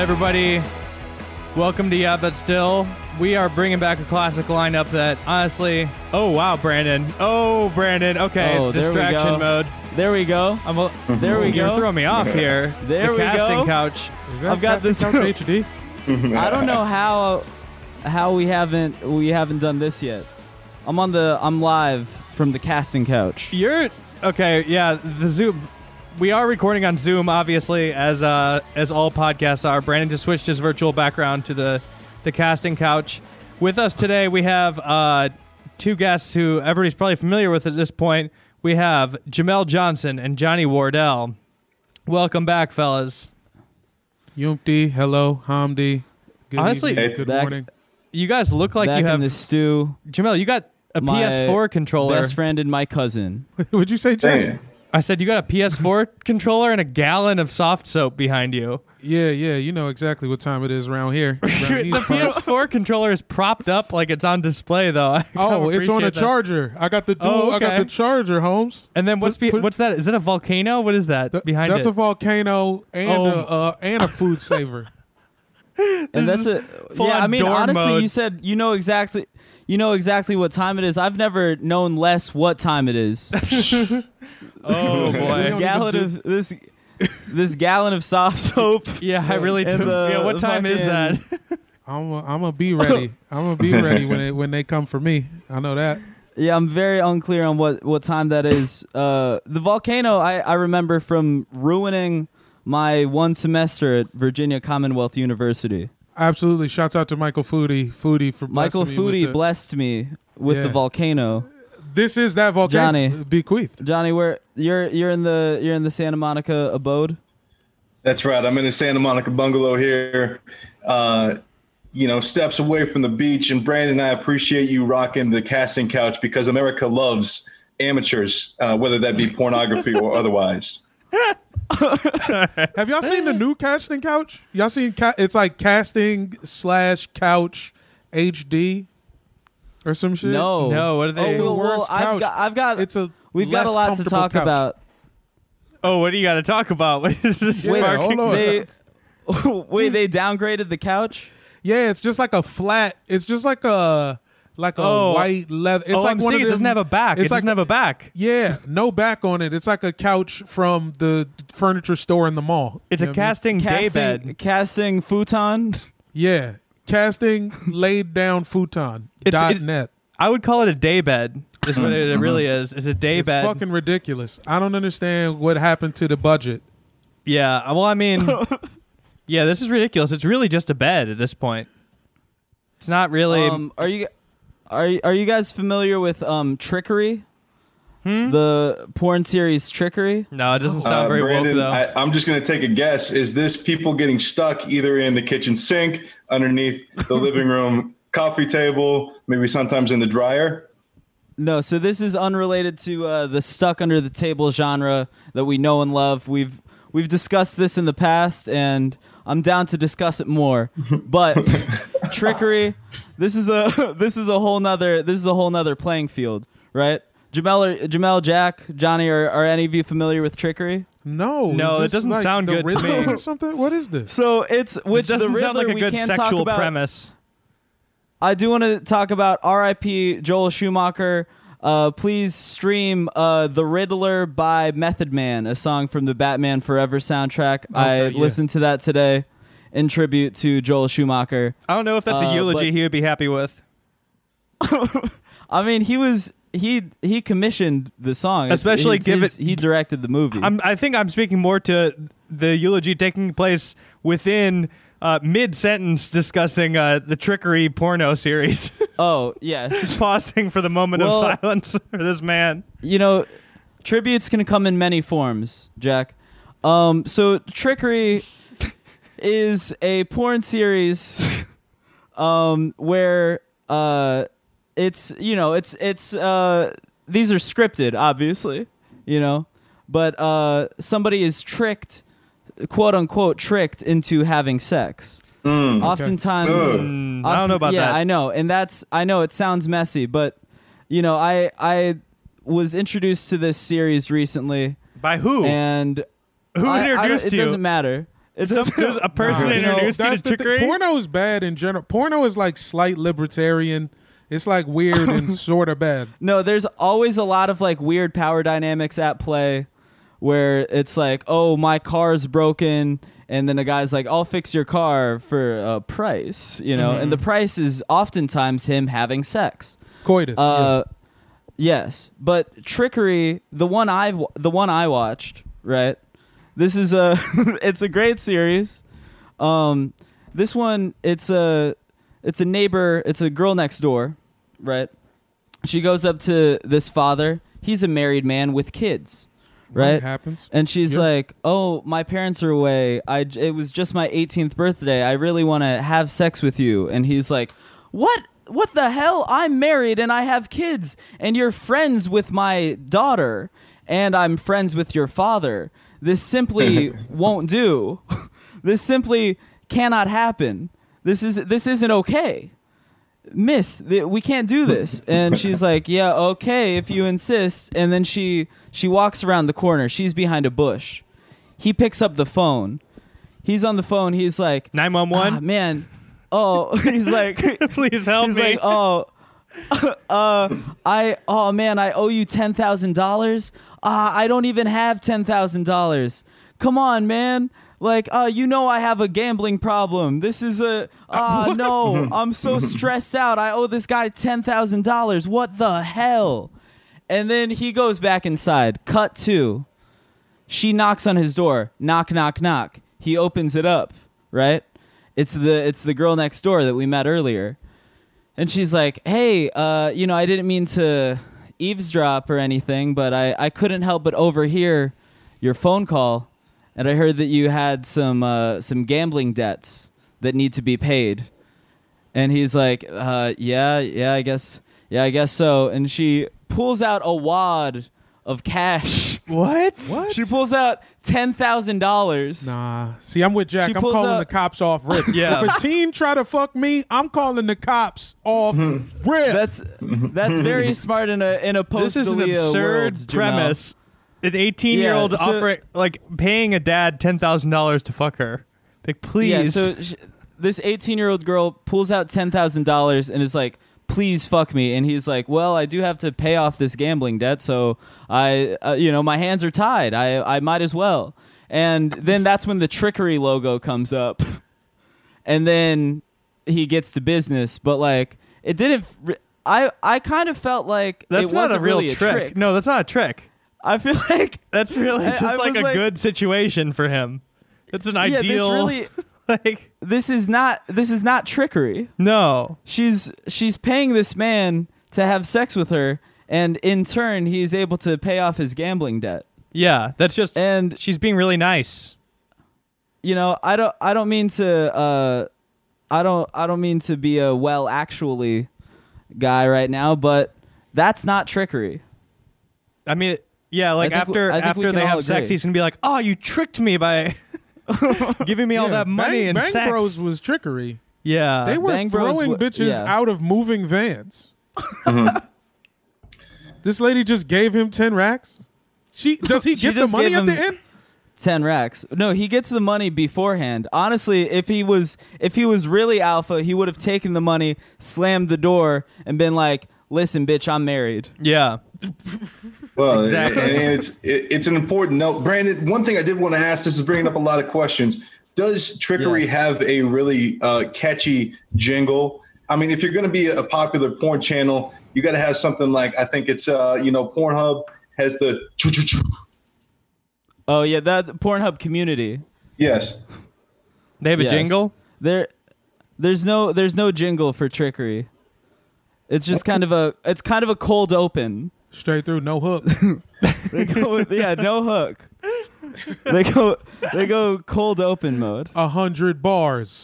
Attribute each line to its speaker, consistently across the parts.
Speaker 1: everybody. Welcome to Yeah, But Still. We are bringing back a classic lineup that honestly. Oh, wow, Brandon. Oh, Brandon. Okay,
Speaker 2: Oh, there we
Speaker 1: distraction
Speaker 2: go.
Speaker 1: mode.
Speaker 2: There we go.
Speaker 1: I'm a,
Speaker 2: There we
Speaker 1: You're
Speaker 2: go.
Speaker 1: throwing me off here.
Speaker 2: There
Speaker 1: the
Speaker 2: we
Speaker 1: casting
Speaker 2: go.
Speaker 1: couch.
Speaker 2: I've got this. I
Speaker 1: HD.
Speaker 2: don't know how how we haven't we haven't done this yet. I'm on the I'm live from the casting couch.
Speaker 1: You're okay. Yeah, the Zoom. We are recording on Zoom, obviously, as uh, as all podcasts are. Brandon just switched his virtual background to the the casting couch. With us today, we have uh, two guests who everybody's probably familiar with at this point. We have Jamel Johnson and Johnny Wardell. Welcome back, fellas.
Speaker 3: Yumpty, hello, Hamdi. Good
Speaker 1: Honestly,
Speaker 3: evening, good
Speaker 2: Back-
Speaker 3: morning.
Speaker 1: You guys look like
Speaker 2: Back
Speaker 1: you have
Speaker 2: in the stew.
Speaker 1: Jamel. You got a
Speaker 2: My
Speaker 1: PS4 controller.
Speaker 2: Best friend and my cousin.
Speaker 3: Would you say Jay?
Speaker 4: Damn.
Speaker 1: I said you got a PS4 controller and a gallon of soft soap behind you.
Speaker 3: Yeah, yeah, you know exactly what time it is around here. around
Speaker 1: the
Speaker 3: these parts.
Speaker 1: PS4 controller is propped up like it's on display, though. I kind of
Speaker 3: oh, it's on a
Speaker 1: appreciate that.
Speaker 3: charger. I got the dual,
Speaker 1: Oh,
Speaker 3: I got
Speaker 1: okay.
Speaker 3: the charger, Holmes.
Speaker 1: And then what's
Speaker 3: Put-
Speaker 1: be-
Speaker 3: put-
Speaker 1: what's that? Is it a volcano? What is that
Speaker 3: Th-
Speaker 1: behind
Speaker 3: that's
Speaker 1: it?
Speaker 3: a volcano and
Speaker 1: Oh.
Speaker 3: a uh, and a food saver.
Speaker 2: And that's a
Speaker 1: full
Speaker 2: yeah.
Speaker 1: on
Speaker 2: I mean,
Speaker 1: dorm
Speaker 2: honestly,
Speaker 1: mode.
Speaker 2: you said you know exactly you know exactly what time it is. I've never known less what time it is.
Speaker 1: oh
Speaker 3: They
Speaker 2: this
Speaker 1: boy.
Speaker 3: don't
Speaker 2: gallon
Speaker 3: even
Speaker 2: of this this gallon of soft soap.
Speaker 1: Yeah, I really do.
Speaker 2: And the-
Speaker 1: yeah, what
Speaker 2: the
Speaker 1: time is that?
Speaker 3: I'm a, I'm gonna be ready. I'm gonna be ready when it, when they come for me. I know that.
Speaker 2: Yeah, I'm very unclear on what what time that is. Uh, the volcano I I remember from ruining my one semester at Virginia Commonwealth University.
Speaker 3: Absolutely. Shouts out to Michael Foodie, Foodie for
Speaker 2: Michael
Speaker 3: blessing me with
Speaker 2: Foodie
Speaker 3: the-
Speaker 2: blessed me with the
Speaker 3: Yeah.
Speaker 2: volcano.
Speaker 3: this is that volcano
Speaker 2: Johnny.
Speaker 3: bequeathed.
Speaker 2: Johnny, where you're you're in the you're in the Santa Monica abode.
Speaker 4: That's right. I'm in the Santa Monica bungalow here, uh, you know, steps away from the beach. And Brandon, I appreciate you rocking the casting couch because America loves amateurs, uh, whether that be pornography or otherwise.
Speaker 3: Have y'all seen the new casting couch? Y'all seen ca- it's like casting slash couch HD or some shit.
Speaker 2: No, Oh,
Speaker 1: No, what are they-
Speaker 3: It's the
Speaker 2: well, well,
Speaker 3: worst
Speaker 2: I've
Speaker 3: couch.
Speaker 2: got I've got
Speaker 3: It's a
Speaker 2: we've got a
Speaker 3: less
Speaker 2: lot to
Speaker 3: comfortable
Speaker 2: talk
Speaker 3: couch.
Speaker 2: about.
Speaker 1: Oh, what do you got to talk about? What is this?
Speaker 3: Yeah,
Speaker 1: spark-
Speaker 3: hold on.
Speaker 2: They wait, they downgraded the couch.
Speaker 3: Yeah, it's just like a flat. It's just like a like a
Speaker 1: Oh.
Speaker 3: white leather. It's
Speaker 1: oh,
Speaker 3: like
Speaker 1: I'm
Speaker 3: one
Speaker 1: seeing
Speaker 3: of
Speaker 1: it doesn't
Speaker 3: them-
Speaker 1: have a back.
Speaker 3: It's
Speaker 1: it
Speaker 3: like
Speaker 1: doesn't have a back.
Speaker 3: yeah, no back on it. It's like a couch from the furniture store in the mall.
Speaker 1: It's a
Speaker 3: You know what I mean?
Speaker 1: casting day
Speaker 2: Casting,
Speaker 1: bed.
Speaker 2: casting futon.
Speaker 3: Yeah, casting laid down futon dot
Speaker 1: it's-
Speaker 3: net.
Speaker 1: I would call it a day bed. Is what it, it really is. It's a day
Speaker 3: Uh-huh. It's
Speaker 1: bed.
Speaker 3: fucking ridiculous. I don't understand what happened to the budget.
Speaker 1: yeah. uh, Well, I mean, yeah. This is ridiculous. It's really just a bed at this point. It's not really.
Speaker 2: Um, are you are you- are you guys familiar with um trickery? Hmm? The porn series Trickery.
Speaker 1: No, it doesn't sound
Speaker 4: Uh,
Speaker 1: very
Speaker 4: Brandon,
Speaker 1: woke though.
Speaker 4: I, I'm just going to take a guess. Is this people getting stuck either in the kitchen sink, underneath the living room coffee table, maybe sometimes in the dryer?
Speaker 2: No, so this is unrelated to uh, the stuck under the table genre that we know and love. We've we've discussed this in the past, and I'm down to discuss it more. But trickery, this is a this is a whole nother this is a whole nother playing field, right? Jamel, or, Jamel, Jack, Johnny, are, are any of you familiar with trickery?
Speaker 3: No,
Speaker 1: No,
Speaker 3: is
Speaker 1: it
Speaker 3: this
Speaker 1: doesn't
Speaker 3: like
Speaker 1: sound
Speaker 3: the
Speaker 1: good to
Speaker 3: Riddler
Speaker 1: me.
Speaker 3: Or something? What is this?
Speaker 2: So it's which
Speaker 1: It doesn't
Speaker 2: the Riddler
Speaker 1: sound like a
Speaker 2: we
Speaker 1: good
Speaker 2: can't
Speaker 1: sexual
Speaker 2: talk about.
Speaker 1: premise.
Speaker 2: I do want to talk about R.I.P. Joel Schumacher. Uh, please stream uh, "The Riddler" by Method Man, a song from the Batman Forever soundtrack. I
Speaker 3: yeah.
Speaker 2: listened to that today in tribute to Joel Schumacher.
Speaker 1: I don't know if that's
Speaker 2: Uh,
Speaker 1: a eulogy
Speaker 2: but-
Speaker 1: he would be happy with.
Speaker 2: I mean, he was he he commissioned the song, It's-
Speaker 1: Especially
Speaker 2: it's
Speaker 1: give
Speaker 2: his-
Speaker 1: it-
Speaker 2: He directed the movie.
Speaker 1: I'm, I think I'm speaking more to the eulogy taking place within uh, mid sentence discussing uh, the trickery porno series.
Speaker 2: oh yes,
Speaker 1: Just pausing for the moment
Speaker 2: Well-
Speaker 1: of silence for this man.
Speaker 2: you know, tributes can come in many forms, Jack. Um, so trickery is a porn series um, where uh, it's you know it's it's uh, these are scripted, obviously, you know, but uh, somebody is tricked, quote unquote, tricked into having sex. Oftentimes,
Speaker 4: Ugh.
Speaker 1: Mm, I don't know about
Speaker 2: yeah,
Speaker 1: that.
Speaker 2: I know, and that's I know it sounds messy, but you know, I I was introduced to this series recently,
Speaker 1: By who?
Speaker 2: and
Speaker 1: who
Speaker 2: I- I don't-
Speaker 1: introduced
Speaker 2: It
Speaker 1: you?
Speaker 2: doesn't matter. It's
Speaker 1: Some, there's a person
Speaker 3: Nah, you know,
Speaker 1: introduced you
Speaker 3: that's
Speaker 1: to
Speaker 3: the thing.
Speaker 1: trickery.
Speaker 3: Porno is bad in general. Porno is like slight libertarian. It's like weird and sort of bad.
Speaker 2: No, there's always a lot of like weird power dynamics at play where it's like, oh, my car's broken. And then a guy's like, I'll fix your car for a price, you know? And the price is oftentimes him having sex.
Speaker 3: Coitus.
Speaker 2: Uh, yes, but trickery. The one I've the one I watched. Right. This is a. it's a great series. Um, this one it's a it's a neighbor. It's a girl next door. Right. She goes up to this father. He's a married man with kids.
Speaker 3: yes.
Speaker 2: Right.
Speaker 3: It happens.
Speaker 2: And she's
Speaker 3: Yeah.
Speaker 2: like, "Oh, my parents are away. I j- it was just my 18th birthday. I really want to have sex with you." And he's like, "What? What the hell? I'm married and I have kids, and you're friends with my daughter, and I'm friends with your father. This simply won't do. this simply cannot happen. This is this isn't okay." miss th- we can't do this and she's like yeah okay if you insist and then she she walks around the corner she's behind a bush he picks up the phone he's on the phone he's like
Speaker 1: Nine one
Speaker 2: "Ah,
Speaker 1: one.
Speaker 2: man oh he's like
Speaker 1: Please help
Speaker 2: he's
Speaker 1: me.
Speaker 2: like oh uh i oh man i owe you ten thousand dollars ah i don't even have ten thousand dollars come on man like uh you know i have a gambling problem this is a ah no i'm so stressed out i owe this guy ten thousand dollars what the hell and then he goes back inside cut two she knocks on his door knock knock knock he opens it up right it's the it's the girl next door that we met earlier and she's like, "Hey, uh, you know, I didn't mean to eavesdrop or anything, but I, I couldn't help but overhear your phone call, and I heard that you had some uh, some gambling debts that need to be paid." And he's like, uh, "Yeah, yeah, I guess, yeah, I guess so." And she pulls out a wad of cash.
Speaker 1: what?
Speaker 3: What?
Speaker 2: She pulls out ten thousand dollars.
Speaker 3: Nah. See, I'm with Jack.
Speaker 2: She
Speaker 3: I'm
Speaker 2: pulls
Speaker 3: calling
Speaker 2: out-
Speaker 3: the cops off rip.
Speaker 1: Yeah.
Speaker 3: If a teen try to fuck me, I'm calling the cops off
Speaker 2: Hmm.
Speaker 3: rip.
Speaker 2: That's that's very smart in a in a post
Speaker 1: This is an absurd premise. An 18 year old
Speaker 2: Yeah, so-
Speaker 1: offering, like, paying a dad $10,000 to fuck her. Like, please.
Speaker 2: Yeah, so sh- this 18 year old girl pulls out $10,000 and is like, please fuck me. And he's like, well, I do have to pay off this gambling debt. So I, uh, you know, my hands are tied. I, I might as well. And then that's when the trickery logo comes up. And then he gets to business. But like, it didn't. Re- I, I kind of felt like
Speaker 1: that's
Speaker 2: it
Speaker 1: not
Speaker 2: wasn't
Speaker 1: a real
Speaker 2: really a
Speaker 1: trick.
Speaker 2: trick.
Speaker 1: No, that's not a trick.
Speaker 2: I feel like
Speaker 1: That's really
Speaker 2: I-
Speaker 1: just
Speaker 2: I
Speaker 1: like
Speaker 2: was
Speaker 1: a
Speaker 2: like-
Speaker 1: good situation for him. That's an
Speaker 2: yeah, this
Speaker 1: ideal.
Speaker 2: really
Speaker 1: like,
Speaker 2: this is not this is not trickery.
Speaker 1: no.
Speaker 2: she's she's paying this man to have sex with her and in turn he's able to pay off his gambling debt
Speaker 1: Yeah, that's just.
Speaker 2: And-
Speaker 1: she's being really nice.
Speaker 2: you know i don't i don't mean to uh i don't i don't mean to be a well actually guy right now but that's not trickery
Speaker 1: I mean, yeah, like
Speaker 2: think we-
Speaker 1: after
Speaker 2: I think we
Speaker 1: after
Speaker 2: can
Speaker 1: they
Speaker 2: all
Speaker 1: have
Speaker 2: agree.
Speaker 1: sex, he's gonna be like, "Oh, you tricked me by giving me all
Speaker 3: Yeah.
Speaker 1: that money
Speaker 3: Bang,
Speaker 1: and
Speaker 3: Bang
Speaker 1: sex."
Speaker 3: Bros was trickery.
Speaker 1: yeah,
Speaker 3: They were
Speaker 2: Uh, Bang Bros
Speaker 3: throwing
Speaker 2: wa-
Speaker 3: bitches
Speaker 2: yeah. Mm-hmm.
Speaker 3: out of moving vans. this lady just gave him ten racks. She does he
Speaker 2: She
Speaker 3: get the
Speaker 2: just
Speaker 3: money
Speaker 2: gave
Speaker 3: at the
Speaker 2: him-
Speaker 3: end?
Speaker 2: 10 racks no he gets the money beforehand honestly if he was if he was really alpha he would have taken the money slammed the door and been like listen bitch i'm married
Speaker 1: yeah.
Speaker 4: Well,
Speaker 1: Exactly.
Speaker 4: and and it's it, it's an important note, Brandon. One thing I did want to ask. This is bringing up a lot of questions. Does trickery
Speaker 2: Yes.
Speaker 4: have a really uh, catchy jingle? I mean, if you're going to be a popular porn channel, you got to have something like I think it's uh, you know Pornhub has the choo choo choo.
Speaker 2: oh yeah that pornhub community
Speaker 4: Yes.
Speaker 1: They have a
Speaker 2: Yes.
Speaker 1: jingle.
Speaker 2: There, there's no there's no jingle for trickery. It's just kind of a it's kind of a cold open.
Speaker 3: Straight through, no hook.
Speaker 2: They go with, yeah, no hook. They go they go cold open mode.
Speaker 3: A hundred bars.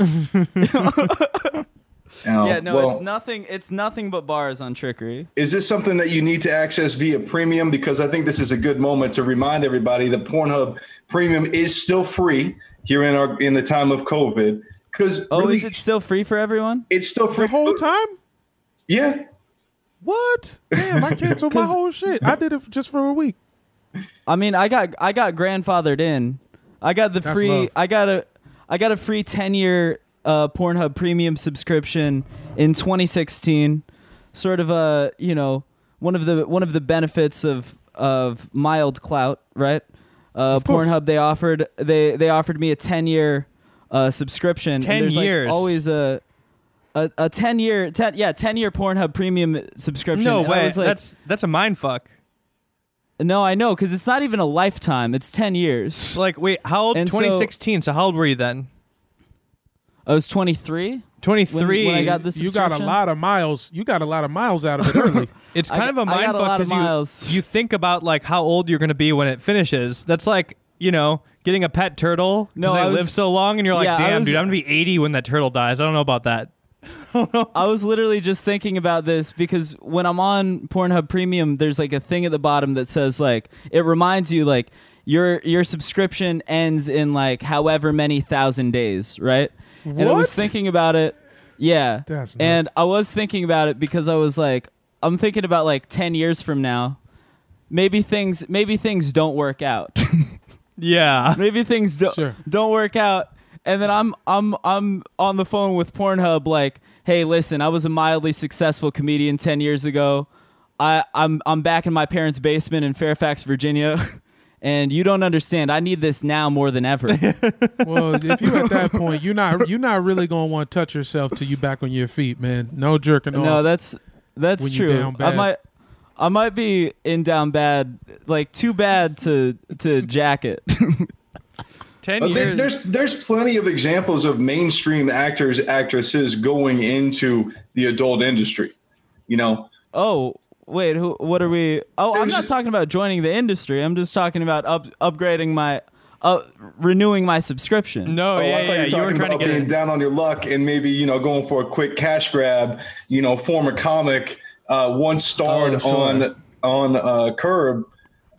Speaker 4: Now,
Speaker 2: Yeah, no,
Speaker 4: Oh, well,
Speaker 2: it's nothing. It's nothing but bars on trickery.
Speaker 4: Is this something that you need to access via premium? Because I think this is a good moment to remind everybody that Pornhub Premium is still free here in our in the time of COVID. Because
Speaker 2: Oh,
Speaker 4: really,
Speaker 2: is it still free for everyone?
Speaker 4: it's still free
Speaker 3: The whole time?
Speaker 4: Yeah,
Speaker 3: What? Damn, I canceled my whole shit. I did it just for a week.
Speaker 2: I mean, I got I got grandfathered in. I got the
Speaker 3: That's
Speaker 2: free.
Speaker 3: love.
Speaker 2: I got a I got a free 10 year uh, Pornhub premium subscription in 2016. Sort of a you know one of the one of the benefits of of mild clout, right? Uh,
Speaker 3: course.
Speaker 2: Pornhub they offered they they offered me a 10 year uh, subscription. and
Speaker 1: 10
Speaker 2: there's, like,
Speaker 1: years.
Speaker 2: always a. A, a ten year, ten yeah, ten year Pornhub premium subscription.
Speaker 1: No
Speaker 2: And I
Speaker 1: way.
Speaker 2: was like-
Speaker 1: that's that's a mind fuck.
Speaker 2: no, I know, because it's not even a lifetime. It's ten years.
Speaker 1: Like, wait, how old?
Speaker 2: And so-
Speaker 1: 2016. So, how old were you then?
Speaker 2: I was 23
Speaker 1: 23.
Speaker 2: when, when I got this.
Speaker 3: You got a lot of miles. You got a lot of miles out of it early.
Speaker 1: It's
Speaker 2: I
Speaker 1: kind
Speaker 2: got-
Speaker 1: of a
Speaker 2: I got
Speaker 1: mind
Speaker 2: a
Speaker 1: fuck
Speaker 2: lot of
Speaker 1: 'cause you-
Speaker 2: miles.
Speaker 1: you, think about like how old you're going to be when it finishes. That's like you know getting a pet turtle 'cause
Speaker 2: No,
Speaker 1: they
Speaker 2: I was-
Speaker 1: live so long, and you're like,
Speaker 2: Yeah, I
Speaker 1: damn,
Speaker 2: was-
Speaker 1: dude, I'm going to be 80 when that turtle dies. I don't know about that.
Speaker 2: I was literally just thinking about this because when I'm on Pornhub Premium, there's like a thing at the bottom that says like it reminds you like your your subscription ends in like however many thousand days, right? And I was
Speaker 3: What?
Speaker 2: thinking about it. Yeah.
Speaker 3: That's
Speaker 2: and
Speaker 3: nuts.
Speaker 2: I was thinking about it because I was like I'm thinking about like 10 years from now. Maybe things maybe things don't work out.
Speaker 1: Yeah.
Speaker 2: maybe things don't
Speaker 3: Sure.
Speaker 2: don't work out and then I'm I'm I'm on the phone with Pornhub like, "Hey, listen, I was a mildly successful comedian 10 years ago. I I'm I'm back in my parents' basement in Fairfax, Virginia." And you don't understand. I need this now more than ever.
Speaker 3: well, if you at that point, you're not you're not really gonna want to touch yourself till you back on your feet, man. No jerking
Speaker 2: no,
Speaker 3: off.
Speaker 2: that's that's
Speaker 3: When you're
Speaker 2: true.
Speaker 3: down
Speaker 2: I
Speaker 3: bad.
Speaker 2: might I might be in down bad, like too bad to to jacket.
Speaker 1: 10
Speaker 4: But there,
Speaker 1: years.
Speaker 4: there's there's plenty of examples of mainstream actors actresses going into the adult industry. You know,
Speaker 2: Oh, wait, who, what are we? Oh, I'm not talking about joining the industry. I'm just talking about up, upgrading my, uh, renewing my subscription.
Speaker 1: no,
Speaker 4: Oh,
Speaker 1: yeah,
Speaker 4: I thought
Speaker 1: yeah.
Speaker 4: you
Speaker 1: You
Speaker 4: were
Speaker 1: were
Speaker 4: talking
Speaker 1: trying to
Speaker 4: about
Speaker 1: get
Speaker 4: being
Speaker 1: it.
Speaker 4: down on your luck and maybe you know going for a quick cash grab. You know, former comic, uh, once starred
Speaker 2: Oh, sure.
Speaker 4: on on uh, Curb.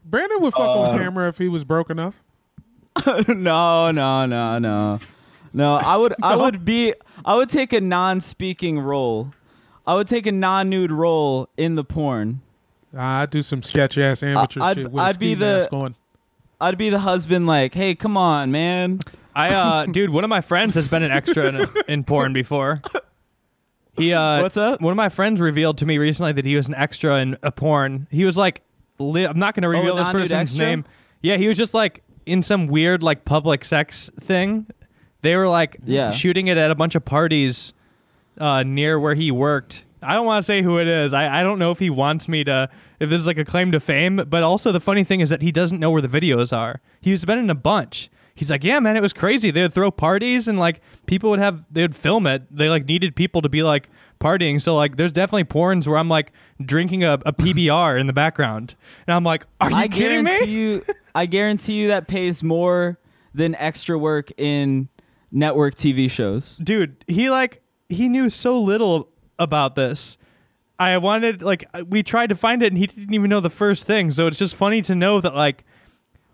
Speaker 3: Brandon would fuck on
Speaker 2: uh,
Speaker 3: camera if he was broke enough.
Speaker 2: no, no, no, no, no. I would, I would be, I would take a non-speaking role. I would take a non-nude role in the porn.
Speaker 3: I do some sketch ass amateur
Speaker 2: I'd-
Speaker 3: shit with a
Speaker 2: I'd
Speaker 3: ski
Speaker 2: be the-
Speaker 3: mask on.
Speaker 2: I'd be the husband, like, hey, come on, man.
Speaker 1: I, uh, dude, one of my friends has been an extra in, in porn before. He, uh,
Speaker 2: What's up?
Speaker 1: One of my friends revealed to me recently that he was an extra in a porn. He was like, li- I'm not going to reveal
Speaker 2: a
Speaker 1: this
Speaker 2: non-nude
Speaker 1: person's
Speaker 2: Oh, extra?
Speaker 1: name. Yeah, he was just like in some weird like public sex thing. They were like
Speaker 2: Yeah.
Speaker 1: shooting it at a bunch of parties uh, near where he worked. I don't want to say who it is. I, I don't know if he wants me to, if this is like a claim to fame, but also the funny thing is that he doesn't know where the videos are. He's been in a bunch. He's like, yeah, man, it was crazy. They would throw parties and like people would have, they would film it. They like needed people to be like partying. So like there's definitely porns where I'm like drinking a, a PBR in the background. And I'm like, are you
Speaker 2: I
Speaker 1: kidding
Speaker 2: guarantee
Speaker 1: me?
Speaker 2: you, I guarantee you that pays more than extra work in network TV shows.
Speaker 1: dude he like he knew so little about this i wanted like we tried to find it and he didn't even know the first thing so it's just funny to know that like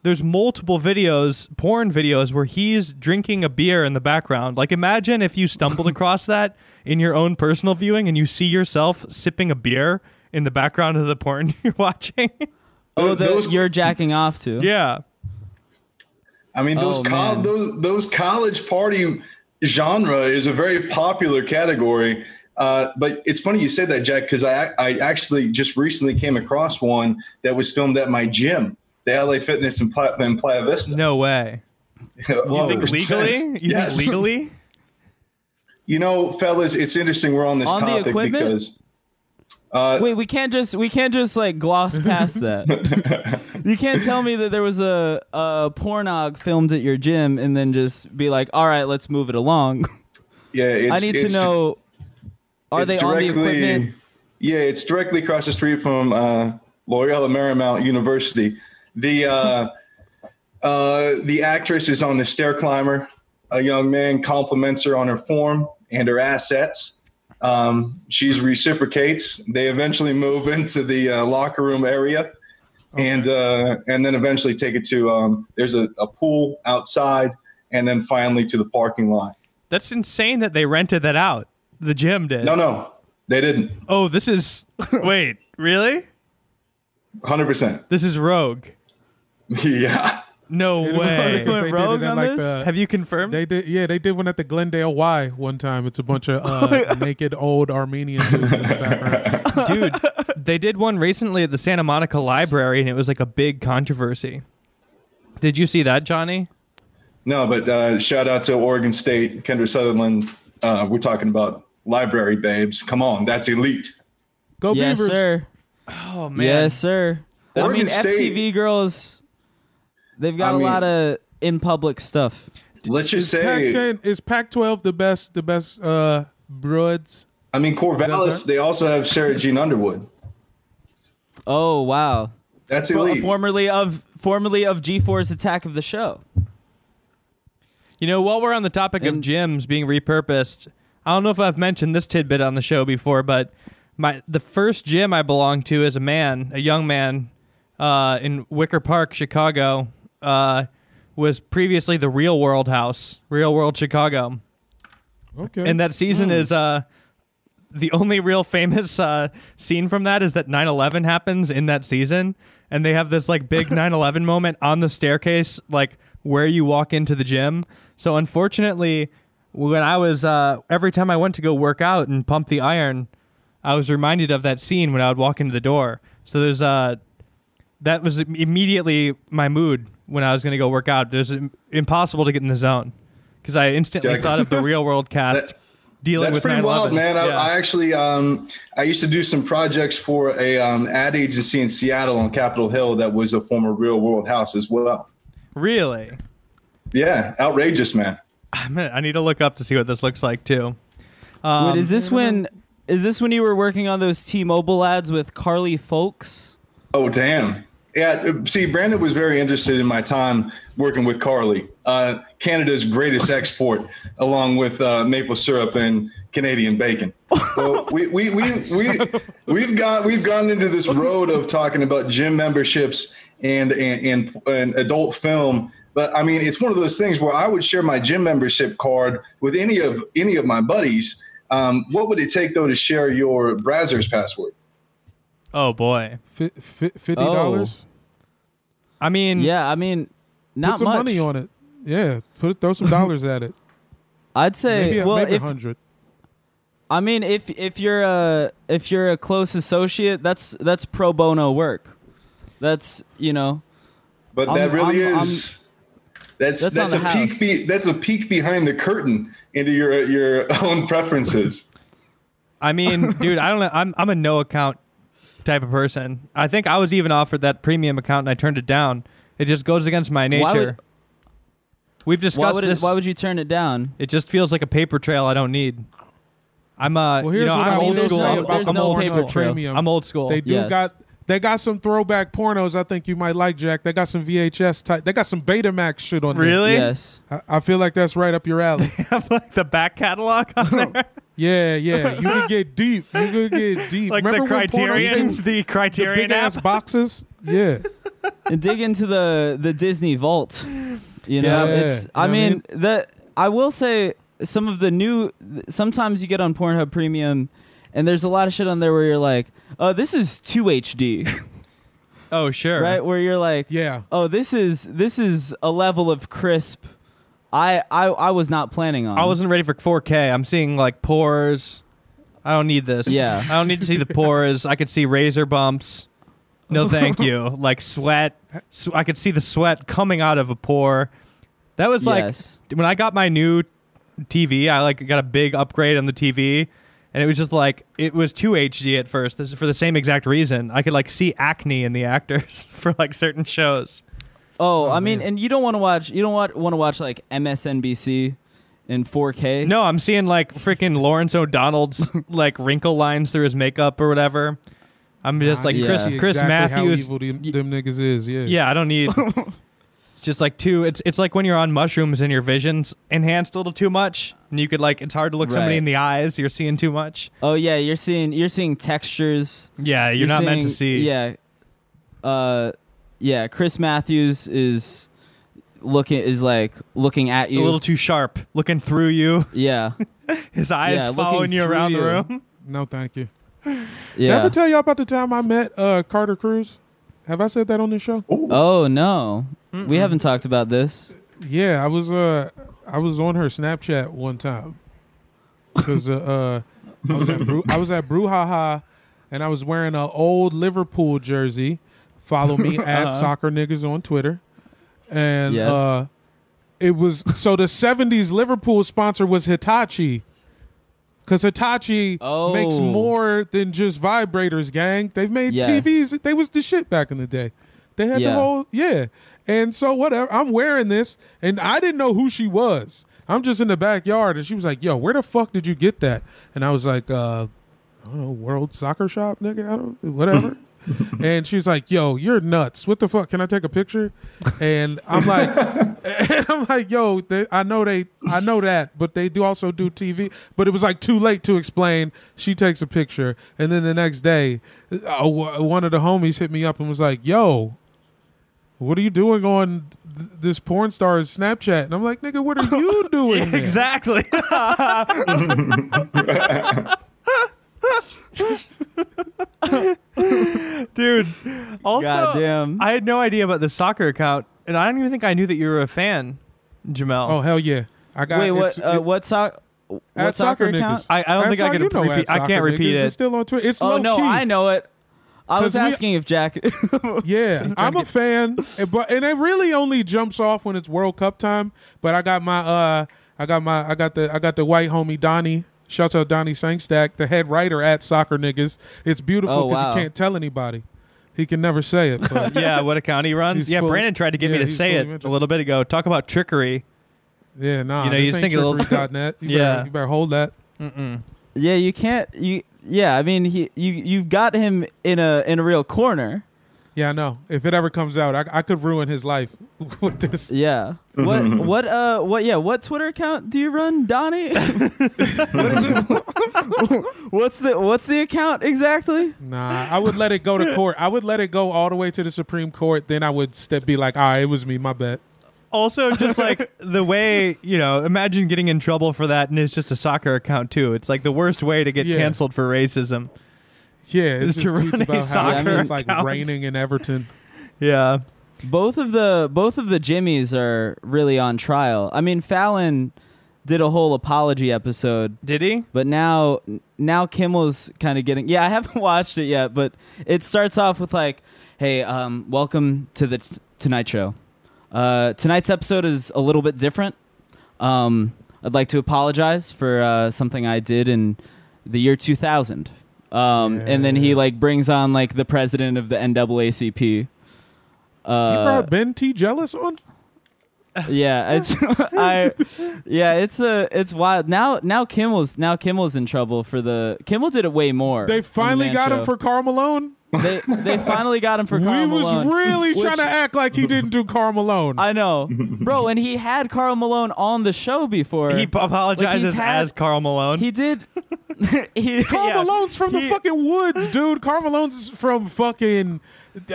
Speaker 1: there's multiple videos porn videos where he's drinking a beer in the background like imagine if you stumbled across that in your own personal viewing and you see yourself sipping a beer in the background of the porn you're watching
Speaker 2: Oh,
Speaker 4: Th-
Speaker 2: that
Speaker 4: those-
Speaker 2: you're jacking off to.
Speaker 1: yeah
Speaker 4: I mean, those
Speaker 2: Oh,
Speaker 4: col-
Speaker 2: man.
Speaker 4: those those college party genre is a very popular category. Uh, but it's funny you said that, Jack, because I I actually just recently came across one that was filmed at my gym, the LA Fitness in, Pla- in Playa Vista.
Speaker 1: no way
Speaker 4: Whoa.
Speaker 1: you think legally you
Speaker 4: Oh, Yes.
Speaker 1: think legally
Speaker 4: You know, fellas, it's interesting we're on this
Speaker 2: On the
Speaker 4: topic
Speaker 2: equipment?
Speaker 4: because uh,
Speaker 2: Wait, we can't just we can't just like gloss past that. you can't tell me that there was a a pornog filmed at your gym and then just be like, "All right, let's move it along."
Speaker 4: yeah, it's,
Speaker 2: I need to
Speaker 4: it's-
Speaker 2: know are
Speaker 4: it's
Speaker 2: they on the equipment?
Speaker 4: Yeah, it's directly across the street from uh, Loyola Marymount University. The uh, uh, the actress is on the stair climber. A young man compliments her on her form and her assets. Um, she's reciprocates. They eventually move into the uh, locker room area, and uh, and then eventually take it to um, there's a, a pool outside, and then finally to the parking lot.
Speaker 1: that's insane that they rented that out the gym did
Speaker 4: No, no, they didn't.
Speaker 1: Oh, this is wait, really?
Speaker 4: Hundred percent.
Speaker 1: This is Rogue.
Speaker 4: Yeah.
Speaker 1: No
Speaker 3: It was-
Speaker 1: way.
Speaker 3: they did it
Speaker 2: rogue
Speaker 3: at,
Speaker 2: on
Speaker 3: like,
Speaker 2: this?
Speaker 3: the-
Speaker 1: Have you confirmed?
Speaker 3: They did, yeah. They did one at the Glendale Y one time. It's a bunch of uh, naked old Armenian dudes in the background.
Speaker 1: Dude, they did one recently at the Santa Monica Library, and it was like a big controversy. Did you see that, Johnny?
Speaker 4: No, but uh, shout out to Oregon State, Kendra Sutherland. Uh, we're talking about library babes. Come on, that's elite.
Speaker 3: Go
Speaker 2: yes,
Speaker 3: Beavers!
Speaker 2: sir.
Speaker 1: Oh
Speaker 2: Yes, sir. I
Speaker 4: Oregon
Speaker 2: mean,
Speaker 4: State-
Speaker 2: FTV girls, they've got
Speaker 4: I
Speaker 2: a
Speaker 4: mean-
Speaker 2: lot of in public stuff.
Speaker 4: Let's just
Speaker 3: Pac
Speaker 4: say,
Speaker 3: ten is Pac twelve the best. The best uh, broads.
Speaker 4: I mean, Corvallis. They also have Sarah Jean Underwood.
Speaker 2: Oh wow!
Speaker 4: That's
Speaker 2: Fo-
Speaker 4: elite.
Speaker 2: formerly of formerly of G4's Attack of the Show.
Speaker 1: You know, while we're on the topic of
Speaker 2: And-
Speaker 1: gyms being repurposed, I don't know if I've mentioned this tidbit on the show before, but my the first gym I belonged to as a man, a young man, uh, in Wicker Park, Chicago, uh, was previously the Real World House, Real World Chicago.
Speaker 3: Okay.
Speaker 1: And that season is uh, the only real famous uh, scene from that is that 9/11 happens in that season, and they have this like big 9/11 moment on the staircase, like where you walk into the gym. So unfortunately, when I was uh, every time I went to go work out and pump the iron, I was reminded of that scene when I would walk into the door. So there's uh, that was im- immediately my mood when I was going to go work out. It was im- impossible to get in the zone because I instantly
Speaker 4: Jack-
Speaker 1: thought of the real world cast
Speaker 4: That-
Speaker 1: dealing
Speaker 4: That's
Speaker 1: with
Speaker 4: pretty
Speaker 1: 9/11.
Speaker 4: wild, man. I,
Speaker 1: Yeah.
Speaker 4: I actually, um, I used to do some projects for a um, ad agency in Seattle on Capitol Hill that was a former Real World house as well.
Speaker 1: really,
Speaker 4: Yeah, outrageous, man.
Speaker 1: I'm gonna, I need to look up to see what this looks like too.
Speaker 3: Um,
Speaker 2: Wait, is this when? Is this when you were working on those T-Mobile ads with Carly Folks?
Speaker 4: Oh, damn. Yeah. See, Brandon was very interested in my time working with Carly, uh, Canada's greatest export, along with uh, maple syrup and Canadian bacon. Well, we, we, we, we, we've got we've gone into this road of talking about gym memberships and and, and, and adult film. But I mean, it's one of those things where I would share my gym membership card with any of any of my buddies. Um, what would it take though to share your browser's password?
Speaker 1: Oh boy,
Speaker 3: Fi fi Fifty
Speaker 1: Oh.
Speaker 3: dollars.
Speaker 1: I mean,
Speaker 2: Yeah, I mean, not
Speaker 3: Mm. Put some
Speaker 2: much.
Speaker 3: money on it. Yeah. Put throw some dollars at it.
Speaker 2: I'd say,
Speaker 3: Maybe,
Speaker 2: well,
Speaker 3: maybe a
Speaker 2: if
Speaker 3: hundred.
Speaker 2: I mean, if if you're a if you're a close associate, that's that's pro bono work. That's you know,
Speaker 4: But
Speaker 2: I'm-
Speaker 4: that really
Speaker 2: I'm-
Speaker 4: is. that's
Speaker 2: That's
Speaker 4: that's,
Speaker 2: on the
Speaker 4: a
Speaker 2: house.
Speaker 4: peek. Be, that's a peek behind the curtain into your your own preferences.
Speaker 1: I mean, dude, I don't know. I'm I'm a no account type of person. I think I was even offered that premium account and I turned it down. It just goes against my nature.
Speaker 2: Why would-
Speaker 1: We've discussed
Speaker 2: why would it,
Speaker 1: this.
Speaker 2: why would you turn it down?
Speaker 1: It just feels like a paper trail I don't need. I'm uh,
Speaker 3: Well,
Speaker 1: you
Speaker 3: here's
Speaker 1: know,
Speaker 3: what
Speaker 1: I'm
Speaker 3: I
Speaker 1: old
Speaker 3: will
Speaker 1: school.
Speaker 3: say
Speaker 1: I'm,
Speaker 3: about
Speaker 1: I'm
Speaker 2: the
Speaker 1: old
Speaker 2: porno
Speaker 1: school.
Speaker 3: premium.
Speaker 1: I'm old school.
Speaker 3: They do
Speaker 2: Yes.
Speaker 3: got they got some throwback pornos I think you might like, Jack. They got some VHS type. They got some Betamax shit on there.
Speaker 1: really?
Speaker 2: Yes.
Speaker 3: I, I feel like that's right up your alley.
Speaker 1: Have like the back catalog on there,
Speaker 3: yeah, yeah. You could get deep. You could get deep.
Speaker 1: like
Speaker 3: Remember
Speaker 1: the
Speaker 3: when porno
Speaker 1: Criterion,
Speaker 3: tapes-
Speaker 1: the
Speaker 3: the
Speaker 1: Criterion
Speaker 3: big ass
Speaker 1: app.
Speaker 3: boxes. Yeah.
Speaker 2: and dig into the the Disney vault. You know,
Speaker 3: Yeah.
Speaker 2: it's.
Speaker 3: You
Speaker 2: I
Speaker 3: know what I
Speaker 2: mean, the I will say some of the new. Sometimes you get on Pornhub Premium, and there's a lot of shit on there where you're like, "Oh, this is two HD,"
Speaker 1: Oh sure,
Speaker 2: right? Where you're like,
Speaker 3: Yeah.
Speaker 2: oh, this is this is a level of crisp." I, I, I was not planning on.
Speaker 1: I wasn't ready for 4K. I'm seeing like pores. I don't need this.
Speaker 2: Yeah.
Speaker 1: I don't need to see the pores. I could see razor bumps. No, thank you. Like sweat. Sw- I could see the sweat coming out of a pore. That was like
Speaker 2: Yes.
Speaker 1: when I got my new TV. I like got a big upgrade on the TV, and it was just like it was too HD at first. This is for the same exact reason. I could like see acne in the actors for like certain shows.
Speaker 2: Oh, I mean, and you don't want to watch. You don't want want to watch like MSNBC in 4K.
Speaker 1: No, I'm seeing like freaking Lawrence O'Donnell's like wrinkle lines through his makeup or whatever. I'm just like
Speaker 2: Yeah.
Speaker 1: Chris
Speaker 3: See
Speaker 1: Chris
Speaker 3: exactly
Speaker 1: Matthews.
Speaker 3: How evil them, them niggas is. Yeah.
Speaker 1: yeah, I don't need. it's just like too. It's it's like when you're on mushrooms and your vision's enhanced a little too much, and you could like it's hard to look somebody
Speaker 2: Right.
Speaker 1: in the eyes. You're seeing too much.
Speaker 2: Oh yeah, you're seeing you're seeing textures.
Speaker 1: Yeah, you're, not meant to
Speaker 2: seeing-
Speaker 1: see.
Speaker 2: Yeah. Uh, yeah. Chris Matthews is looking is like looking at
Speaker 1: a
Speaker 2: you.
Speaker 1: little too sharp, looking through you.
Speaker 2: yeah.
Speaker 1: His eyes
Speaker 2: Yeah, looking
Speaker 1: following you
Speaker 2: through
Speaker 1: around the
Speaker 2: you.
Speaker 1: room.
Speaker 3: No, thank you. Did I
Speaker 2: Yeah.
Speaker 3: ever tell y'all about the time I met uh, Carter Cruz? Have I said that on this show?
Speaker 2: oh no. We haven't talked about this.
Speaker 3: Yeah, I was uh I was on her Snapchat one time because uh, uh I was at Bru- I was at Brouhaha and I was wearing an old Liverpool jersey. Follow me at soccer niggas on Twitter, and
Speaker 2: Yes.
Speaker 3: uh it was so the '70s Liverpool sponsor was Hitachi. Cause Hitachi
Speaker 2: Oh.
Speaker 3: makes more than just vibrators, gang. They've made
Speaker 2: Yes.
Speaker 3: TVs. They was the shit back in the day. They had
Speaker 2: Yeah.
Speaker 3: the whole yeah. And so whatever, I'm wearing this, and I didn't know who she was. I'm just in the backyard, and she was like, "Yo, where the fuck did you get that?" And I was like, uh, "I don't know, World Soccer Shop, nigga. I don't, whatever." and she's like, "Yo, you're nuts. What the fuck? Can I take a picture?" And I'm like, and I'm like, "Yo, they, I know they, I know that, but they do also do TV." But it was like too late to explain. She takes a picture, and then the next day, uh, one of the homies hit me up and was like, "Yo, what are you doing on th- this porn star's Snapchat? And I'm like, nigga, what are you doing? there?
Speaker 1: Exactly. Dude, also,
Speaker 2: Goddamn.
Speaker 1: I had no idea about the soccer account, and I don't even think I knew that you were a fan, Jamel.
Speaker 3: Oh hell yeah, I got
Speaker 2: Wait, what?
Speaker 3: it's-
Speaker 2: Uh,
Speaker 3: it-
Speaker 2: what sock? What
Speaker 3: at
Speaker 2: soccer,
Speaker 3: soccer
Speaker 2: account?
Speaker 3: niggas.
Speaker 1: I, I don't
Speaker 3: That's
Speaker 1: think
Speaker 3: how
Speaker 1: I could
Speaker 3: you know at
Speaker 1: repeat. I
Speaker 3: Soccer
Speaker 1: can't repeat
Speaker 3: Niggas.
Speaker 1: it.
Speaker 3: It's still on Twitter. It's
Speaker 2: Oh
Speaker 3: low
Speaker 2: no,
Speaker 3: key.
Speaker 2: I know it. I was
Speaker 3: 'Cause we-
Speaker 2: asking if Jack.
Speaker 3: Yeah, I'm a fan, and- but and it really only jumps off when it's World Cup time. But I got my uh, I got my I got the I got the white homie Donnie. Shout out Donnie Sangstack, the head writer at Soccer Niggas. It's beautiful
Speaker 2: Oh,
Speaker 3: because
Speaker 2: wow.
Speaker 3: he can't tell anybody. He can never say it. But
Speaker 1: yeah, what account he runs?
Speaker 3: He's
Speaker 1: Yeah,
Speaker 3: fully-
Speaker 1: Brandon tried to get me
Speaker 3: yeah,
Speaker 1: to
Speaker 3: he's
Speaker 1: say
Speaker 3: fully
Speaker 1: it a
Speaker 3: mentioned.
Speaker 1: little bit ago. Talk about trickery.
Speaker 3: yeah, nah,
Speaker 1: You know,
Speaker 3: this
Speaker 1: he's
Speaker 3: ain't
Speaker 1: thinking a little-
Speaker 3: trickery.net. You
Speaker 1: Yeah.
Speaker 3: better, you better hold that.
Speaker 2: yeah, you can't. You yeah. I mean, he you you've got him in a in a real corner.
Speaker 3: Yeah, I know. If it ever comes out, I, I could ruin his life with this.
Speaker 2: Yeah. What what uh what yeah what Twitter account do you run, Donnie? What is it? what's the what's the account exactly?
Speaker 3: Nah, I would let it go to court. I would let it go all the way to the Supreme Court. Then I would step, be like, all right, it was me, my bad.
Speaker 1: Also, just like the way you know, imagine getting in trouble for that, and it's just a soccer account too. It's like the worst way to get
Speaker 3: Yeah.
Speaker 1: canceled for racism.
Speaker 3: Yeah,
Speaker 1: Is
Speaker 3: it's just
Speaker 1: to
Speaker 3: tweets
Speaker 1: run a
Speaker 3: about how
Speaker 1: soccer
Speaker 3: it's like
Speaker 1: account.
Speaker 3: raining in Everton.
Speaker 1: Yeah,
Speaker 2: Both of the both of the Jimmies are really on trial. I mean, Fallon did a whole apology episode,
Speaker 1: did he?
Speaker 2: but now now Kimmel's kind of getting. Yeah, I haven't watched it yet, but it starts off with like, "Hey, um, welcome to the t- Tonight Show. Uh, tonight's episode is a little bit different. Um, I'd like to apologize for uh, something I did in the year 2000." Um, And then he like brings on like the president of the NAACP.
Speaker 3: you
Speaker 2: Uh,
Speaker 3: brought Ben T. Jealous on?
Speaker 2: yeah, it's I yeah, it's a it's wild. Now now Kimmel's now Kimmel's in trouble for the Kimmel did it way more.
Speaker 3: They
Speaker 2: on the
Speaker 3: finally
Speaker 2: Man
Speaker 3: got him
Speaker 2: Show.
Speaker 3: for Carl Malone.
Speaker 2: they they finally got him for
Speaker 3: we
Speaker 2: Karl
Speaker 3: was
Speaker 2: Malone,
Speaker 3: really
Speaker 2: which-
Speaker 3: trying to act like he didn't do Carl Malone.
Speaker 2: I know. Bro, and he had Carl Malone on the show before.
Speaker 1: He p- apologizes
Speaker 2: had-
Speaker 1: as Carl Malone.
Speaker 2: he did he,
Speaker 3: Carl
Speaker 2: yeah.
Speaker 3: Malone's from the fucking woods, dude. Carl Malone's from fucking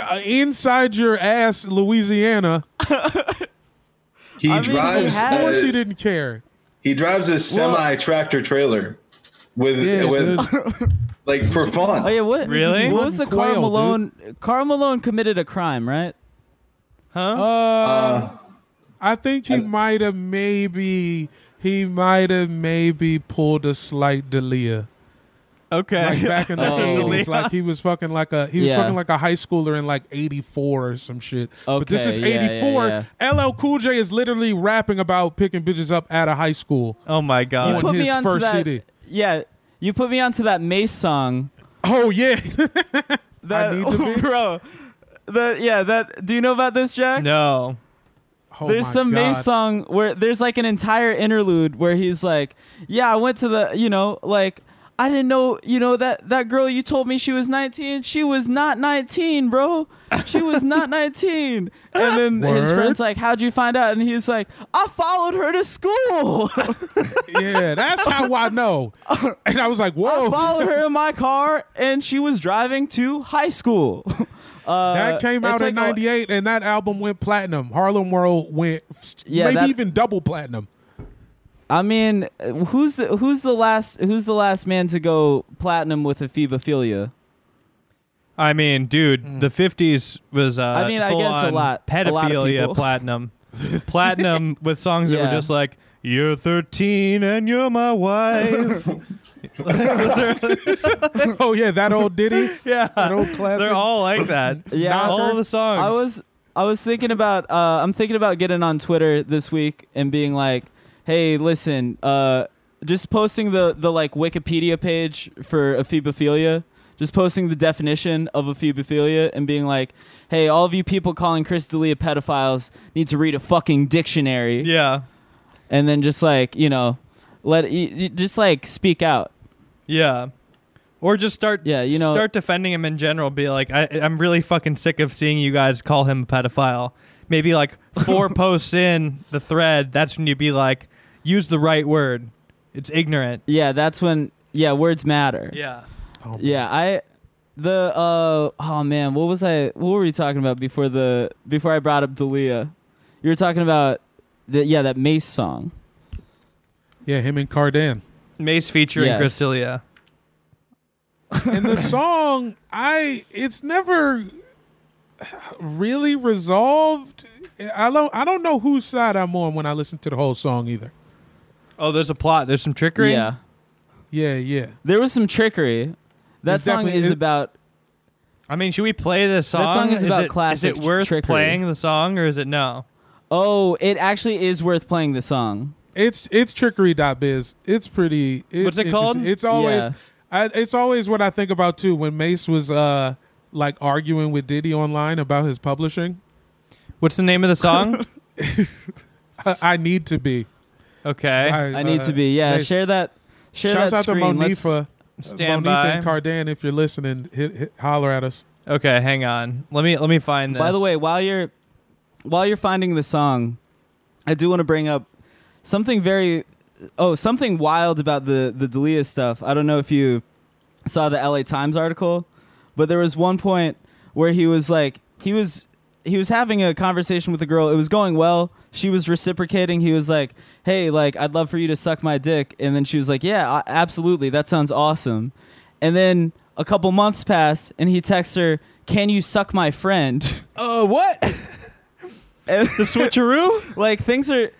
Speaker 3: uh, inside your ass, Louisiana.
Speaker 4: He
Speaker 2: I mean, he
Speaker 4: drives.
Speaker 2: had-
Speaker 3: Of
Speaker 4: uh,
Speaker 3: course he
Speaker 4: he,
Speaker 3: didn't care.
Speaker 4: drives a semi tractor trailer with
Speaker 3: Yeah,
Speaker 4: with
Speaker 3: dude.
Speaker 4: like for fun.
Speaker 2: Oh yeah, what
Speaker 1: Really?
Speaker 2: What was the Carl
Speaker 3: Quail,
Speaker 2: Malone Carl Malone committed a crime, right?
Speaker 3: I think he might have maybe he might have maybe pulled a slight Dalia.
Speaker 1: okay.
Speaker 3: Like back in the
Speaker 2: Oh.
Speaker 3: eighties, like he was fucking like a he was
Speaker 2: Yeah.
Speaker 3: fucking like a high schooler in like eighty four or some shit. but this
Speaker 2: Okay,
Speaker 3: is
Speaker 2: yeah,
Speaker 3: eighty four.
Speaker 2: yeah,
Speaker 3: LL Cool J is literally rapping about picking bitches up at a high school.
Speaker 1: oh my
Speaker 3: You
Speaker 1: god.
Speaker 3: put-
Speaker 2: Put
Speaker 3: his
Speaker 2: me onto
Speaker 3: first
Speaker 2: that,
Speaker 3: CD.
Speaker 2: Yeah. You put me onto that Mace song.
Speaker 3: Oh yeah,
Speaker 2: That,
Speaker 3: I need to be.
Speaker 2: bro. That yeah, that do you know about this, Jack?
Speaker 1: no.
Speaker 3: Oh,
Speaker 2: There's
Speaker 3: my
Speaker 2: some Mace
Speaker 3: God.
Speaker 2: song where there's like an entire interlude where he's like, "Yeah, I went to the, you know, like I didn't know, you know that that girl you told me she was 19, she was not 19, bro. She was not 19." And then his
Speaker 3: Word.
Speaker 2: friends like, "How'd you find out?" And he's like, "I followed her to school.
Speaker 3: Yeah, that's how I know. And I was like,
Speaker 2: I
Speaker 3: whoa,
Speaker 2: followed her in my car, and she was driving to high school." Uh,
Speaker 3: that came
Speaker 2: it's
Speaker 3: out in
Speaker 2: like a-
Speaker 3: '98, and that album went platinum. Harlem World went s-
Speaker 2: Yeah,
Speaker 3: maybe
Speaker 2: that-
Speaker 3: even double platinum.
Speaker 2: I mean, who's the who's the last who's the last man to go platinum with a phobophilia?
Speaker 1: I mean, dude, the '50s was. Uh,
Speaker 2: Mm. I mean, I
Speaker 1: full
Speaker 2: guess a
Speaker 1: on
Speaker 2: lot- a lot of
Speaker 1: pedophilia
Speaker 2: people.
Speaker 1: platinum, platinum with songs that
Speaker 2: Yeah.
Speaker 1: were just like "You're 13 and you're my wife."
Speaker 3: oh yeah, that old ditty, that
Speaker 1: yeah,
Speaker 3: old classic.
Speaker 1: they're all like that.
Speaker 2: Yeah.
Speaker 1: all the songs.
Speaker 2: I was I was thinking about uh, I'm thinking about getting on Twitter this week and being like, hey, listen, uh, just posting the the like Wikipedia page for aphibophilia. Just posting the definition of aphibophilia and being like, "Hey, all of you people calling Chris D'Elia pedophiles need to read a fucking dictionary."
Speaker 1: Yeah,
Speaker 2: And then just like you know, let y- y- just like speak out.
Speaker 1: yeah. Or just start,
Speaker 2: Yeah, you know-
Speaker 1: start defending him in general. Be like, I, I'm really fucking sick of seeing you guys call him a pedophile. Maybe like four posts in the thread, that's when you be like, use the right word. It's ignorant.
Speaker 2: Yeah, that's when yeah words matter.
Speaker 1: Yeah.
Speaker 3: Oh,
Speaker 2: Yeah, I the uh oh man, what was I what were we talking about before the before I brought up Dalia? You were talking about the yeah, that Mace song.
Speaker 3: yeah, him and Cardan.
Speaker 1: Mace featuring
Speaker 2: Yes.
Speaker 1: Chris D'Elia.
Speaker 3: and the song i it's never really resolved i don't i don't know whose side i'm on when i listen to the whole song either
Speaker 1: Oh, there's a plot. There's some trickery.
Speaker 2: Yeah.
Speaker 3: yeah yeah
Speaker 2: There was some trickery. That
Speaker 3: It's
Speaker 2: song
Speaker 3: definitely-
Speaker 2: is
Speaker 3: it-
Speaker 2: about
Speaker 1: I mean, should we play this song?
Speaker 2: That song is about
Speaker 1: it,
Speaker 2: classic
Speaker 1: Is it worth
Speaker 2: trickery.
Speaker 1: playing the song or is it no?
Speaker 2: Oh, it actually is worth playing the song.
Speaker 3: it's it's trickery.biz it's pretty it's
Speaker 1: What's it called?
Speaker 3: interesting. it's always
Speaker 2: Yeah.
Speaker 3: I, it's always what i think about too when mace was uh like arguing with diddy online about his publishing
Speaker 1: What's the name of the song?
Speaker 3: i, I need to be
Speaker 1: okay.
Speaker 2: I need
Speaker 3: uh,
Speaker 2: to be. Yeah,
Speaker 3: Mace,
Speaker 2: share that share
Speaker 3: shouts
Speaker 2: that
Speaker 3: out
Speaker 2: screen.
Speaker 3: to
Speaker 2: Let's-
Speaker 3: monifa
Speaker 1: Stand
Speaker 3: monifa and
Speaker 1: by.
Speaker 3: cardan if you're listening hit, hit, holler at us
Speaker 1: Okay, hang on. Let me let me find this.
Speaker 2: By the way, while you're while you're finding the song, I do want to bring up something very oh something wild about the the Dalia stuff. I don't know if you saw the LA Times article, but there was one point where he was like he was he was having a conversation with a girl. It was going well. She was reciprocating. He was like, "Hey, like I'd love for you to suck my dick." And then she was like, "Yeah, I- absolutely. That sounds awesome." And then a couple months pass and he texts her, "Can you suck my friend?"
Speaker 1: uh, what?
Speaker 2: And-
Speaker 1: the switcheroo?
Speaker 2: like things are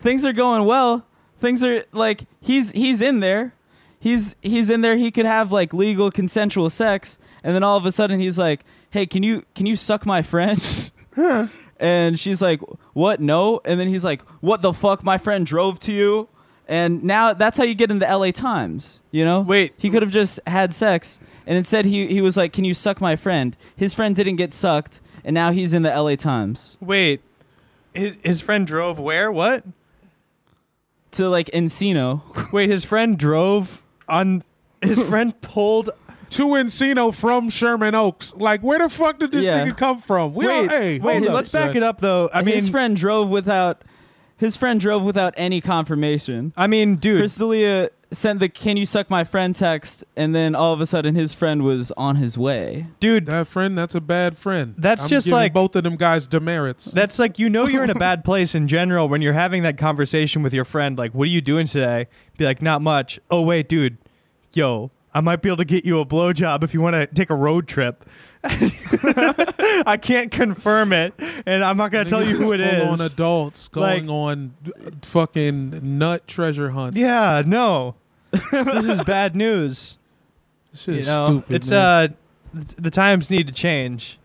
Speaker 2: things are going well things are like he's he's in there he's he's in there he could have like legal consensual sex and then all of a sudden he's like hey can you can you suck my friend and she's like what no and then he's like what the fuck my friend drove to you and now that's how you get in the la times you know
Speaker 1: Wait.
Speaker 2: he could have just had sex and instead he, he was like can you suck my friend his friend didn't get sucked and now he's in the la times
Speaker 1: Wait. His, his friend drove where? What?
Speaker 2: to like encino
Speaker 1: Wait, his friend drove on his friend pulled
Speaker 3: to Encino from Sherman Oaks. Like, where the fuck did this
Speaker 2: Yeah.
Speaker 3: nigga come from? We
Speaker 1: Wait,
Speaker 3: don't, hey,
Speaker 1: wait,
Speaker 3: hold
Speaker 1: let's back it up though. I mean
Speaker 2: his friend drove without his friend drove without any confirmation.
Speaker 1: I mean, dude,
Speaker 2: Chris D'Elia sent the "Can you suck my friend?" text, and then all of a sudden his friend was on his way.
Speaker 1: dude,
Speaker 3: That friend, that's a bad friend.
Speaker 1: That's
Speaker 3: I'm
Speaker 1: just
Speaker 3: giving
Speaker 1: like-
Speaker 3: both of them guys demerits.
Speaker 1: That's like you know you're in a bad place in general when you're having that conversation with your friend. Like, what are you doing today? Be like, not much. Oh wait, dude, yo, I might be able to get you a blowjob if you want to take a road trip. I can't confirm it, and I'm not gonna tell you who it
Speaker 3: On
Speaker 1: is.
Speaker 3: adults
Speaker 1: Like-
Speaker 3: going on uh, fucking nut treasure hunts.
Speaker 1: Yeah, no, this is bad news.
Speaker 3: this is
Speaker 1: you know,
Speaker 3: stupid.
Speaker 1: it's
Speaker 3: man.
Speaker 1: uh, th- the times need to change.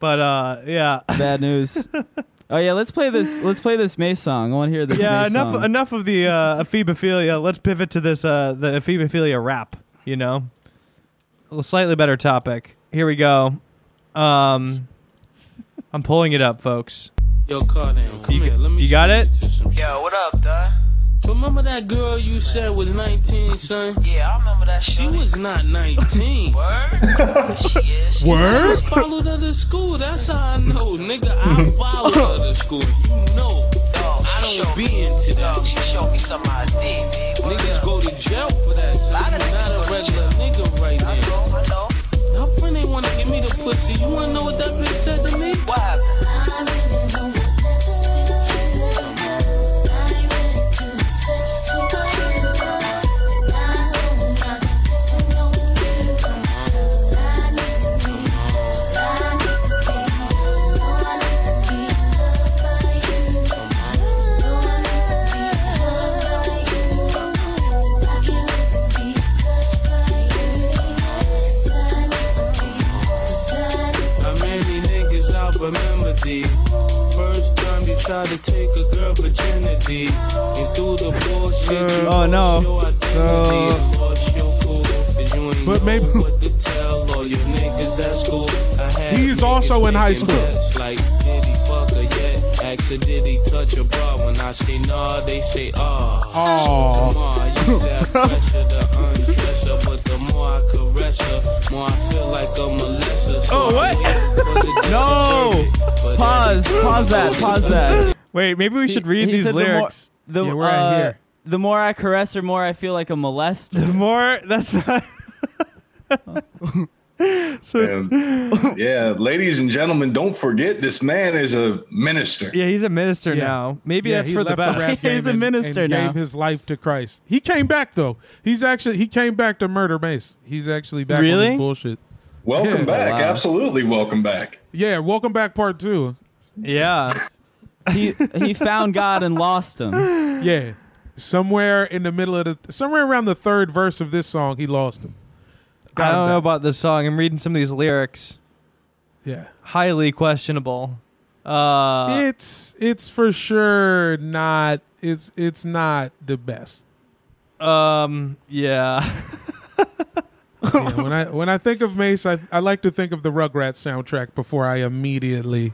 Speaker 1: But uh, yeah,
Speaker 2: Bad news. oh yeah, let's play this. Let's play this May song. I want to hear this.
Speaker 1: yeah.
Speaker 2: May
Speaker 1: Enough,
Speaker 2: song.
Speaker 1: enough of the uh, aphibophilia. Let's pivot to this uh, the aphibophilia rap. You know, a slightly better topic. Here we go. Um, I'm pulling it up, folks.
Speaker 5: Yo, Cardan, come
Speaker 1: You-
Speaker 5: here. Let me.
Speaker 1: you got
Speaker 5: show
Speaker 1: it?
Speaker 5: to some shit.
Speaker 6: Yo, what up, duh?
Speaker 5: Remember that girl you said was 19, son?
Speaker 6: Yeah, I remember that
Speaker 5: She
Speaker 6: shorty.
Speaker 5: was not 19.
Speaker 6: Word? she is. She
Speaker 3: Word?
Speaker 6: Is.
Speaker 5: Followed her to school. That's how I know, nigga. I followed her to school. You know,
Speaker 6: Dog,
Speaker 5: I
Speaker 6: she
Speaker 5: don't
Speaker 6: showed
Speaker 5: be
Speaker 6: me-
Speaker 5: into that.
Speaker 6: Dog, she showed me some ID, man. Word
Speaker 5: niggas
Speaker 6: up.
Speaker 5: go to jail for that. So
Speaker 6: Lot
Speaker 5: I'm
Speaker 6: of
Speaker 5: not
Speaker 6: niggas go
Speaker 5: a
Speaker 6: to
Speaker 5: regular nigga right
Speaker 6: I
Speaker 5: now.
Speaker 6: know, I know.
Speaker 5: Her friend ain't wanna give me the pussy. You wanna know what that bitch said to me?
Speaker 6: What happened?
Speaker 7: Thank you
Speaker 5: try to take a girl virginity. And through the bullshit, you
Speaker 2: Oh, no.
Speaker 5: lost your identity,
Speaker 3: Uh, No.
Speaker 5: lost your cool, 'cause you ain't
Speaker 3: But
Speaker 5: know
Speaker 3: maybe-
Speaker 5: what to tell all your niggas at school. I had
Speaker 3: He is
Speaker 5: niggas
Speaker 3: also in high
Speaker 5: making
Speaker 3: school.
Speaker 5: bets Like, did he fuck her yet? Ask her, did he touch her bra? When I say nah, they say ah.
Speaker 3: Aw.
Speaker 5: The more I use that pressure to undress her, but the more I caress her, more I feel like a molester. So
Speaker 2: Oh, what?
Speaker 5: I wait for the day
Speaker 2: No.
Speaker 5: to serve it, but
Speaker 2: Pause. Pause that. Pause that.
Speaker 1: Wait, maybe we should read
Speaker 2: He
Speaker 1: these
Speaker 2: said
Speaker 1: lyrics.
Speaker 2: The more,
Speaker 3: Yeah,
Speaker 2: the,
Speaker 3: we're right
Speaker 2: uh,
Speaker 3: here.
Speaker 2: the more I caress her, more I feel like a molester.
Speaker 1: The more that's not. so
Speaker 4: And, yeah, ladies and gentlemen, don't forget this man is a minister.
Speaker 1: yeah, he's a minister
Speaker 3: Yeah.
Speaker 1: now. Maybe
Speaker 3: Yeah,
Speaker 1: that's
Speaker 3: he
Speaker 1: for the best.
Speaker 3: left rap
Speaker 2: He's
Speaker 3: game
Speaker 2: a
Speaker 3: and-
Speaker 2: minister
Speaker 3: and
Speaker 2: now.
Speaker 3: Gave his life to Christ. He came back though. He's actually he came back to murder Mace. He's actually back on
Speaker 1: Really?
Speaker 3: this bullshit.
Speaker 4: Welcome
Speaker 3: Yeah.
Speaker 4: back.
Speaker 2: Wow.
Speaker 4: Absolutely welcome back.
Speaker 3: Yeah, welcome back part two.
Speaker 1: yeah,
Speaker 2: he he found God and lost him.
Speaker 3: Yeah, somewhere in the middle of the somewhere around the third verse of this song, he lost him. Got
Speaker 1: I
Speaker 3: him
Speaker 1: don't know
Speaker 3: back.
Speaker 1: about this song. I'm reading some of these lyrics.
Speaker 3: Yeah,
Speaker 1: Highly questionable. Oh, Uh,
Speaker 3: it's it's for sure not. It's it's not the best.
Speaker 1: Um. Yeah.
Speaker 3: Yeah, when I when I think of Mace, I, I like to think of the Rugrats soundtrack before I immediately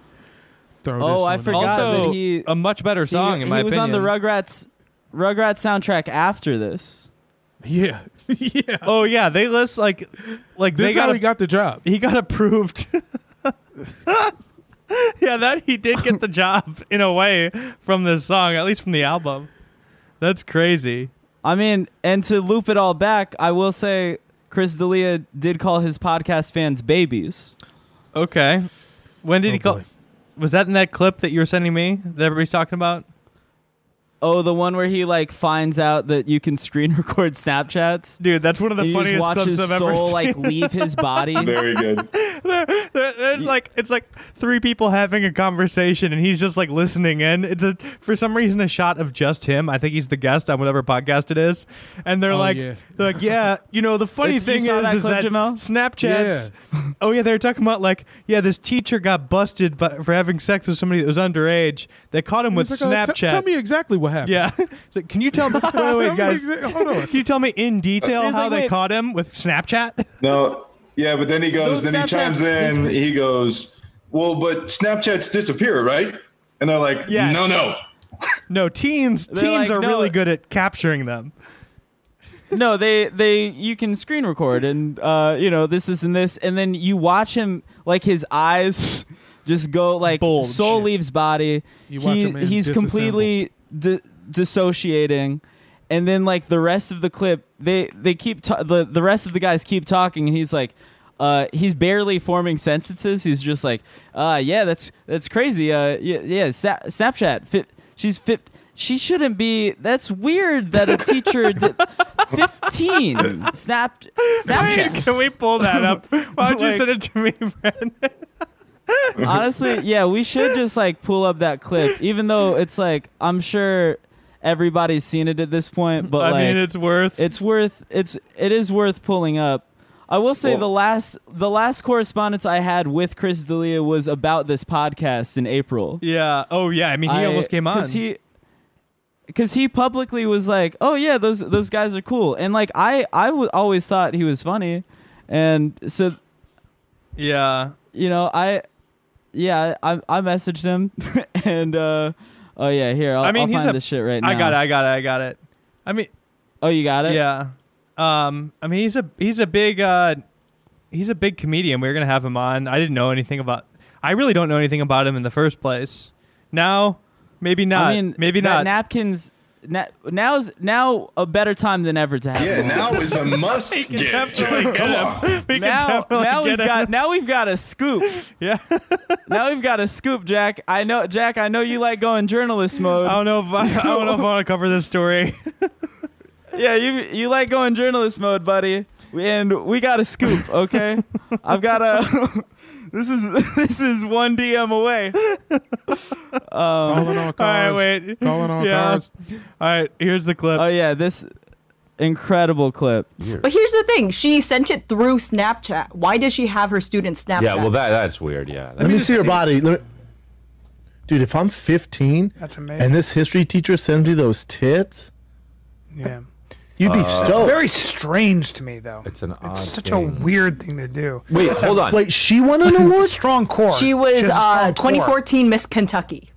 Speaker 3: throw.
Speaker 2: Oh,
Speaker 3: this
Speaker 2: I
Speaker 3: one
Speaker 2: forgot
Speaker 3: out.
Speaker 2: that
Speaker 1: also,
Speaker 2: he-
Speaker 1: a much better song
Speaker 2: he,
Speaker 1: in my
Speaker 2: he was
Speaker 1: opinion.
Speaker 2: on the Rugrats Rugrats soundtrack after this.
Speaker 3: Yeah, yeah.
Speaker 1: Oh yeah, they list like, like
Speaker 3: This
Speaker 1: they
Speaker 3: is how
Speaker 1: got,
Speaker 3: he got the job.
Speaker 1: he got approved. yeah, that he did get the job in a way from this song, at least from the album. That's crazy.
Speaker 2: I mean, and to loop it all back, I will say Chris D'Elia did call his podcast fans babies.
Speaker 1: Okay, when did
Speaker 3: Oh,
Speaker 1: he call?
Speaker 3: boy.
Speaker 1: Was that in that clip that you were sending me that everybody's talking about?
Speaker 2: Oh, the one where he like finds out that you can screen record Snapchats.
Speaker 1: Dude, that's one of the
Speaker 2: and you just
Speaker 1: funniest
Speaker 2: watch
Speaker 1: clips
Speaker 2: his
Speaker 1: I've ever
Speaker 2: soul
Speaker 1: seen.
Speaker 2: like leave his body.
Speaker 4: Very good.
Speaker 1: There- There's like it's like three people having a conversation, and he's just like listening in. It's a for some reason a shot of just him. I think he's the guest on whatever podcast it is, and they're
Speaker 3: Oh,
Speaker 1: like,
Speaker 3: yeah.
Speaker 1: they're like, yeah, you know, the funny
Speaker 2: It's- you
Speaker 1: thing
Speaker 2: saw
Speaker 1: is,
Speaker 2: that
Speaker 1: is
Speaker 2: clip,
Speaker 1: that
Speaker 2: Jamel?
Speaker 1: Snapchats. Oh yeah, they're talking about like, yeah, this teacher got busted by, for having sex with somebody that was underage. They caught him with
Speaker 3: He's like, "Oh,
Speaker 1: Snapchat.
Speaker 3: t- tell me exactly what happened.
Speaker 1: yeah, It's like, can you tell me? Wait, wait,
Speaker 3: Tell me
Speaker 1: guys,
Speaker 3: exa- hold on.
Speaker 1: can you tell me in detail
Speaker 2: He's
Speaker 1: how
Speaker 2: like,
Speaker 1: they
Speaker 2: wait.
Speaker 1: caught him with Snapchat?
Speaker 4: No, yeah, but then he goes,
Speaker 2: Don't
Speaker 4: then he
Speaker 2: Snapchat
Speaker 4: chimes in,
Speaker 2: this-
Speaker 4: he goes, Well, but Snapchats disappear, right? And they're like,
Speaker 1: Yes.
Speaker 4: No, no.
Speaker 1: No, teens
Speaker 2: They're
Speaker 1: teens
Speaker 2: like,
Speaker 1: are
Speaker 2: no.
Speaker 1: really good at capturing them.
Speaker 2: no, they they you can screen record and uh, you know this this and this, and then you watch him like his eyes just go like
Speaker 1: Bulge.
Speaker 2: soul leaves body.
Speaker 3: You watch a man
Speaker 2: he's
Speaker 3: disassemble.
Speaker 2: completely di- dissociating, and then like the rest of the clip, they they keep ta- the the rest of the guys keep talking, and he's like. Uh, he's barely forming sentences. He's just like, uh, yeah, that's that's crazy. Uh, yeah, yeah Sa- Snapchat. Fi- she's fit. She shouldn't be. That's weird that a teacher did fifteen snapped Snapchat.
Speaker 1: Can we pull that up? Why don't you
Speaker 2: Like-
Speaker 1: send it to me, Brandon?
Speaker 2: Honestly, yeah, we should just like pull up that clip, even though it's like I'm sure everybody's seen it at this point, but
Speaker 1: I
Speaker 2: like
Speaker 1: mean,
Speaker 2: it's,
Speaker 1: it's worth.
Speaker 2: worth it's it is worth pulling up. I will say
Speaker 4: Well-
Speaker 2: the last the last correspondence I had with Chris D'Elia was about this podcast in April.
Speaker 1: yeah. Oh, yeah. I mean, he
Speaker 2: I-
Speaker 1: almost came on.
Speaker 2: Cause he, because he publicly was like, "Oh yeah, those those guys are cool," and like I I w- always thought he was funny, and so
Speaker 1: yeah.
Speaker 2: you know I, yeah I I messaged him and uh oh yeah here I'll,
Speaker 1: I mean,
Speaker 2: I'll
Speaker 1: he's
Speaker 2: find
Speaker 1: a-
Speaker 2: this shit right now.
Speaker 1: I got it. I got it. I got it. I mean,
Speaker 2: Oh, you got it.
Speaker 1: yeah. Um, I mean, he's a he's a big uh, he's a big comedian. We were gonna have him on. I didn't know anything about. I really don't know anything about him in the first place. Now, maybe not.
Speaker 2: I mean
Speaker 1: maybe
Speaker 2: that
Speaker 1: not.
Speaker 2: napkins. Na- now's now a better time than ever to have.
Speaker 4: Yeah,
Speaker 2: him on.
Speaker 4: now is a must
Speaker 1: we can
Speaker 4: get.
Speaker 1: definitely
Speaker 4: Jack.
Speaker 1: get
Speaker 4: Come
Speaker 1: him.
Speaker 4: on.
Speaker 1: We can
Speaker 2: now,
Speaker 1: definitely get
Speaker 2: now we've
Speaker 1: him.
Speaker 2: got now we've got a scoop.
Speaker 1: yeah.
Speaker 2: now we've got a scoop, Jack. I know, Jack. I know you like going journalist mode.
Speaker 1: I don't know if I, I don't know if I want to cover this story.
Speaker 2: Oh, Yeah, you you like going journalist mode, buddy. And we got a scoop, okay? I've got a. this is this is one DM away.
Speaker 3: Calling all cars.
Speaker 1: All right, wait.
Speaker 3: Calling all
Speaker 1: Yeah.
Speaker 3: cars.
Speaker 1: All right, here's the clip.
Speaker 2: Oh yeah, this incredible clip.
Speaker 7: But here's the thing: she sent it through Snapchat. Why does she have her students Snapchat?
Speaker 8: Yeah, well, that that's weird. Yeah.
Speaker 9: Let me see your body. Let me,
Speaker 8: dude, if I'm 15
Speaker 9: That's amazing.
Speaker 8: and this history teacher sends me those tits,
Speaker 9: yeah.
Speaker 8: you'd be stoked.
Speaker 9: Very strange to me, though.
Speaker 10: Uh, It's an odd
Speaker 9: It's such
Speaker 10: thing.
Speaker 9: a weird thing to do.
Speaker 10: Wait, hold on.
Speaker 8: Wait, she won an award?
Speaker 9: Strong core.
Speaker 7: She was
Speaker 9: She's a
Speaker 7: uh,
Speaker 9: strong core.
Speaker 7: 2014 Miss Kentucky.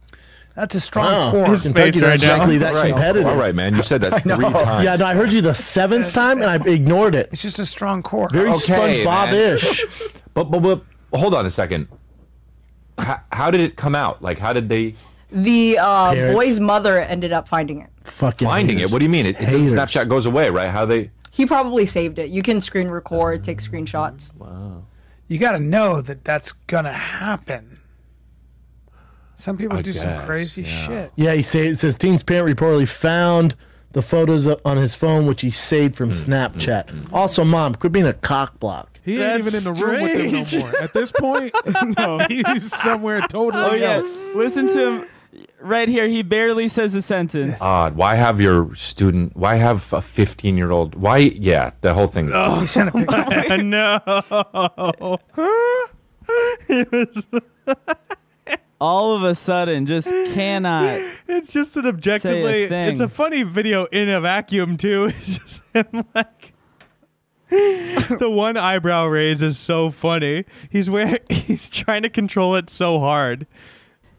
Speaker 9: That's a strong
Speaker 8: Wow.
Speaker 9: core.
Speaker 8: Here's Kentucky,
Speaker 9: Face
Speaker 8: that's
Speaker 9: right now.
Speaker 8: exactly that competitive.
Speaker 10: All right, man. You said that three times.
Speaker 8: Yeah, no, I heard you the seventh time, and I ignored it.
Speaker 9: It's just a strong core.
Speaker 8: Very
Speaker 10: Okay,
Speaker 8: SpongeBob-ish.
Speaker 10: But, but but hold on a second. How, how did it come out? Like, how did they
Speaker 7: The uh,
Speaker 8: Parents.
Speaker 7: boy's mother ended up finding it.
Speaker 8: Fucking
Speaker 10: finding it?
Speaker 8: haters.
Speaker 10: What do you mean? It, it-
Speaker 8: Haters.
Speaker 10: Snapchat goes away, right? How they?
Speaker 7: He probably saved it. You can screen record, take screenshots.
Speaker 9: you got to know that that's gonna happen. Some people
Speaker 10: I
Speaker 9: do
Speaker 10: guess,
Speaker 9: some crazy
Speaker 10: yeah.
Speaker 9: shit.
Speaker 8: Yeah, he say, it says teen's parent reportedly found the photos o- on his phone, which he saved from Snapchat. Also, mom, quit being a cock block.
Speaker 3: He ain't even in
Speaker 2: That's
Speaker 3: the room with them no
Speaker 2: strange.
Speaker 3: more. At this point, he's somewhere totally
Speaker 2: Oh
Speaker 3: else.
Speaker 2: yes, listen to him right here. He barely says a sentence.
Speaker 10: Odd. Why have your student? Why have a fifteen-year-old? Why? Yeah, the whole thing.
Speaker 9: He sent a picture.
Speaker 1: no.
Speaker 2: All of a sudden, just cannot.
Speaker 1: It's just an objectively. it's
Speaker 2: thing.
Speaker 1: a funny video in a vacuum too. It's just him like. the one eyebrow raise is so funny. He's where he's trying to control it so hard.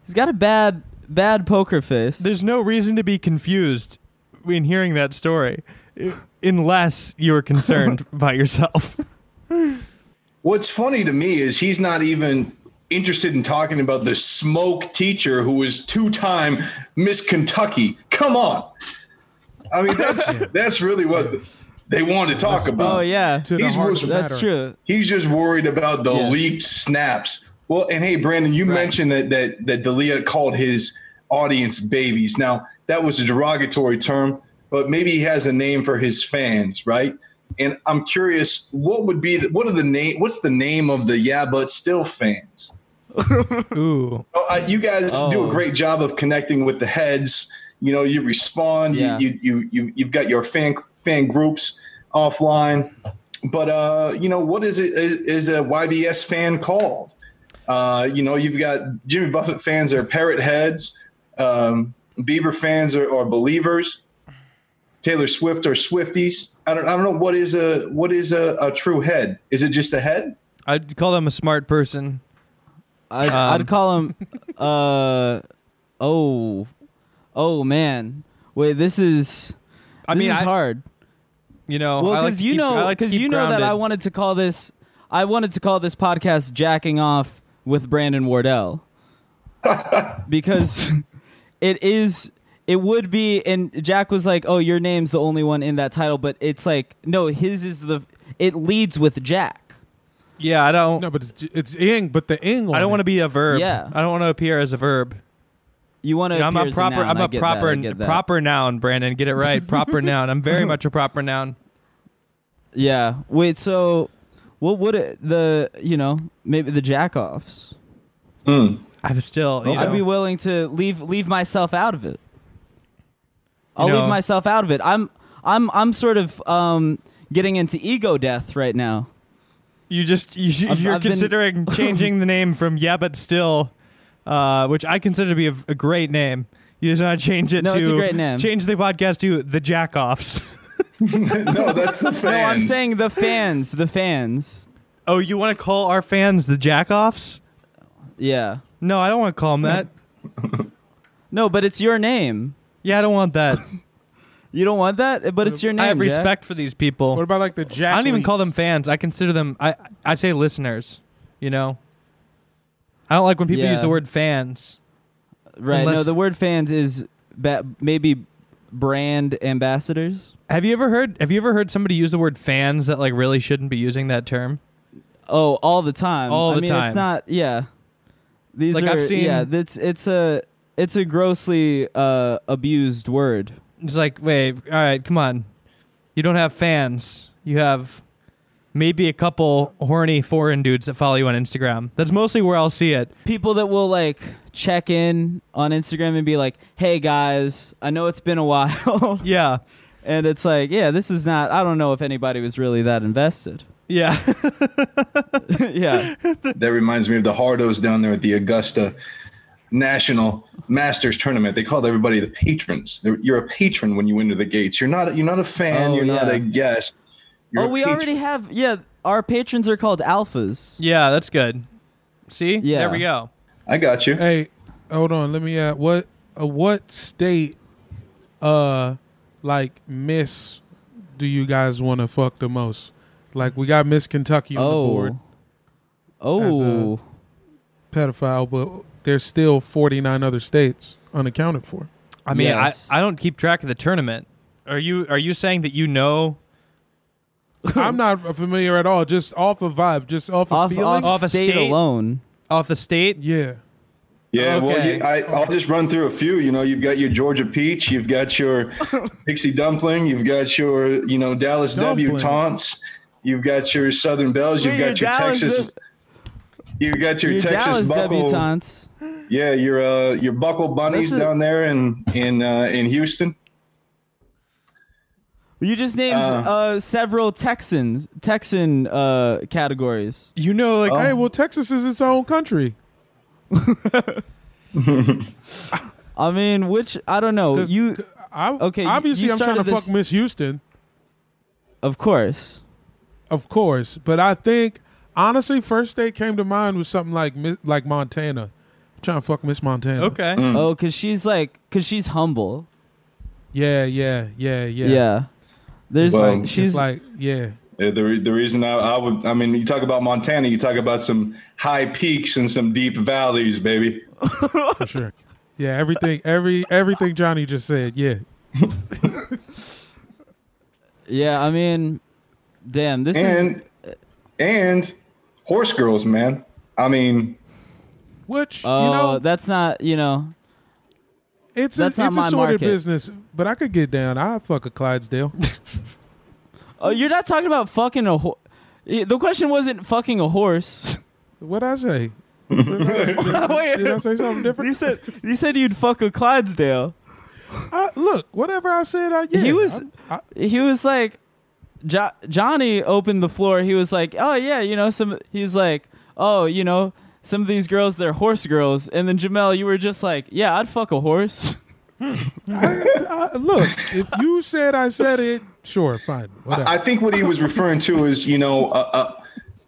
Speaker 2: He's got a bad, bad poker face.
Speaker 1: There's no reason to be confused in hearing that story, i- unless you're concerned by yourself.
Speaker 4: What's funny to me is he's not even interested in talking about the smoke teacher who was two-time Miss Kentucky. Come on. I mean, that's that's really what they want to talk about.
Speaker 2: oh yeah,
Speaker 3: To the
Speaker 4: He's
Speaker 3: heart
Speaker 4: was-
Speaker 3: of the
Speaker 2: that's
Speaker 3: matter.
Speaker 2: true.
Speaker 4: He's just worried about the
Speaker 2: Yes.
Speaker 4: leaked snaps. Well, and hey, Brandon, you mentioned that that that Dalia called his audience babies. Now that was a derogatory term, but maybe he has a name for his fans, right? And I'm curious, what would be the, what are the name? What's the name of the yeah but still fans?
Speaker 1: Ooh,
Speaker 4: Oh, uh, you guys do
Speaker 2: Oh.
Speaker 4: a great job of connecting with the heads. You know, you respond.
Speaker 2: Yeah.
Speaker 4: You, you you you you've got your fan fan groups offline. But uh, you know, what is it is, is a YBS fan called? Uh, you know, you've got Jimmy Buffett fans are parrot heads. Um, Bieber fans are, are believers. Taylor Swift are Swifties. I don't I don't know what is a what is a, a true head. Is it just a head?
Speaker 1: I'd call him a smart person.
Speaker 2: I'd, I'd call him. Uh, oh, oh man. Wait, this is.
Speaker 1: I
Speaker 2: this
Speaker 1: mean,
Speaker 2: is
Speaker 1: I-
Speaker 2: hard.
Speaker 1: You know,
Speaker 2: Well,
Speaker 1: I like
Speaker 2: because
Speaker 1: to
Speaker 2: you
Speaker 1: keep- I
Speaker 2: know,
Speaker 1: like to
Speaker 2: because
Speaker 1: keep
Speaker 2: you know that I
Speaker 1: grounded.
Speaker 2: wanted to call this. I wanted to call this podcast "Jacking Off" with Brandon Wardell, because it is. It would be, and Jack was like, "Oh, your name's the only one in that title," but it's like, no, his is the. It leads with Jack.
Speaker 1: Yeah, I don't.
Speaker 3: No, but it's it's ing, but the ing.
Speaker 1: I don't want to be a verb.
Speaker 2: Yeah.
Speaker 1: I don't want to appear as a verb.
Speaker 2: You want to?
Speaker 1: I'm a proper. I'm
Speaker 2: a
Speaker 1: a proper
Speaker 2: That, I get that.
Speaker 1: proper noun, Brandon. Get it right. Proper noun. I'm very much a proper noun.
Speaker 2: Yeah. Wait. So, what would it, the you know maybe the jack offs?
Speaker 1: I'm still. You
Speaker 2: I'd
Speaker 1: know,
Speaker 2: be willing to leave leave myself out of it. I'll
Speaker 1: You know-
Speaker 2: leave myself out of it. I'm I'm I'm sort of um getting into ego death right now.
Speaker 1: you just you,
Speaker 2: I've-
Speaker 1: you're
Speaker 2: I've been-
Speaker 1: considering changing the name from yeah, but still, uh, which I consider to be a, a great name. You just want to change it
Speaker 2: No,
Speaker 1: to
Speaker 2: it's a great name.
Speaker 1: change the podcast to the Jackoffs.
Speaker 4: no, that's the fans.
Speaker 2: No, I'm saying the fans, the fans.
Speaker 1: oh, you want to call our fans the Jackoffs?
Speaker 2: Yeah.
Speaker 1: No, I don't want to call them that.
Speaker 2: No, but it's your name.
Speaker 1: Yeah, I don't want that.
Speaker 2: You don't want that, but it's your name.
Speaker 1: I have
Speaker 2: Jack.
Speaker 1: respect for these people.
Speaker 3: What about like the Jack?
Speaker 1: I don't even call them
Speaker 3: leads?
Speaker 1: fans. I consider them. I I say listeners. You know. I don't like when people
Speaker 2: Yeah.
Speaker 1: use the word fans.
Speaker 2: Right. no,
Speaker 1: unless-
Speaker 2: the word fans is ba- maybe brand ambassadors.
Speaker 1: Have you ever heard? Have you ever heard somebody use the word fans that like really shouldn't be using that term?
Speaker 2: Oh, all the time.
Speaker 1: All
Speaker 2: I
Speaker 1: the
Speaker 2: mean,
Speaker 1: time.
Speaker 2: It's not. Yeah. These
Speaker 1: Like,
Speaker 2: are.
Speaker 1: I've seen-
Speaker 2: yeah. It's it's a it's a grossly uh, abused word.
Speaker 1: It's like, wait, all right, come on. You don't have fans. You have maybe a couple horny foreign dudes that follow you on Instagram. That's mostly where I'll see it.
Speaker 2: People that will like check in on Instagram and be like, "Hey guys, I know it's been a while,"
Speaker 1: Yeah,
Speaker 2: and it's like, "Yeah, this is not. I don't know if anybody was really that invested."
Speaker 1: yeah.
Speaker 2: yeah.
Speaker 4: That reminds me of the Hardos down there at the Augusta. national masters tournament. They called everybody the patrons. They're- you're a patron when you enter the gates. You're not you're not a fan.
Speaker 2: Oh,
Speaker 4: you're not
Speaker 2: yeah.
Speaker 4: a guest. You're
Speaker 2: Oh,
Speaker 4: a
Speaker 2: we
Speaker 4: patron.
Speaker 2: already have. Yeah, our patrons are called alphas.
Speaker 1: Yeah, that's good. See?
Speaker 2: Yeah.
Speaker 1: There we go.
Speaker 4: I got
Speaker 2: Uh,
Speaker 4: you.
Speaker 3: Hey, hold on. Let me add what uh, what state uh like Miss do you guys want to fuck the most? Like we got Miss Kentucky on
Speaker 2: Oh.
Speaker 3: the board,
Speaker 2: Oh.
Speaker 3: pedophile, but there's still 49 other states unaccounted for.
Speaker 1: I mean,
Speaker 2: Yes.
Speaker 1: I, I don't keep track of the tournament. Are you are you saying that you know
Speaker 3: I'm not familiar at all. Just off of vibe, just off of
Speaker 2: Off,
Speaker 3: feeling.
Speaker 2: off,
Speaker 1: Off a
Speaker 2: state,
Speaker 1: state?
Speaker 2: alone.
Speaker 1: off the state?
Speaker 3: yeah.
Speaker 4: Yeah, well,
Speaker 1: Okay.
Speaker 4: you, I, I'll just run through a few. You know, you've got your Georgia peach, you've got your pixie dumpling, you've got your you know Dallas
Speaker 3: Dumpling.
Speaker 4: W taunts, you've got your Southern bells, you've
Speaker 2: Wait,
Speaker 4: got
Speaker 2: your
Speaker 4: your
Speaker 2: Dallas
Speaker 4: Texas,
Speaker 2: Dub-
Speaker 4: you've got your,
Speaker 2: Your
Speaker 4: Texas
Speaker 2: Dallas
Speaker 4: buckle,
Speaker 2: debutantes.
Speaker 4: yeah, your uh, your buckle bunnies
Speaker 2: That's a-
Speaker 4: down there in in uh, in Houston.
Speaker 2: You just named uh, several Texans, Texan uh, categories.
Speaker 1: You know like
Speaker 2: oh.
Speaker 3: Hey, well, Texas is its own country.
Speaker 2: I mean, which I don't know.
Speaker 3: 'Cause
Speaker 2: You,
Speaker 3: I,
Speaker 2: Okay,
Speaker 3: okay,
Speaker 2: you-
Speaker 3: obviously,
Speaker 2: you
Speaker 3: I'm trying to
Speaker 2: started this-
Speaker 3: fuck Miss Houston.
Speaker 2: of course.
Speaker 3: Of course, but I think honestly, first state came to mind was something like Miss- like Montana. I'm trying to fuck Miss Montana.
Speaker 1: Okay.
Speaker 2: Oh, because she's like, because she's humble.
Speaker 3: Yeah, yeah, yeah, yeah.
Speaker 2: Yeah. There's
Speaker 4: Well,
Speaker 2: like,
Speaker 3: It's
Speaker 4: it's
Speaker 2: she's like,
Speaker 3: like yeah,
Speaker 4: Uh, The, re- the reason I, I would I mean you talk about Montana you talk about some high peaks and some deep valleys baby
Speaker 3: for sure. Yeah, everything, every everything Johnny just said. Yeah,
Speaker 2: yeah. I mean, damn, this is
Speaker 4: and and horse girls man I mean
Speaker 3: which
Speaker 2: Oh,
Speaker 3: you know,
Speaker 2: that's not you know.
Speaker 3: it's
Speaker 2: that's
Speaker 3: a,
Speaker 2: not
Speaker 3: it's
Speaker 2: my
Speaker 3: a sorted
Speaker 2: market.
Speaker 3: business. But I could get down. I fuck a Clydesdale.
Speaker 2: Oh, you're not talking about fucking a horse. The question wasn't fucking a horse.
Speaker 3: what I say?
Speaker 2: Wait,
Speaker 3: Did I say something
Speaker 2: you
Speaker 3: different?
Speaker 2: said you said you'd fuck a Clydesdale.
Speaker 3: I, look, whatever I said, I yeah.
Speaker 2: He was-
Speaker 3: I, I,
Speaker 2: He was like, jo- Johnny opened the floor. He was like, oh yeah, you know some. He's like, oh you know some of these girls, they're horse girls. And then Jamel, you were just like, yeah, I'd fuck a horse.
Speaker 3: I- look, if you said I said it, sure, fine, whatever.
Speaker 4: I think what he was referring to is, you know, a,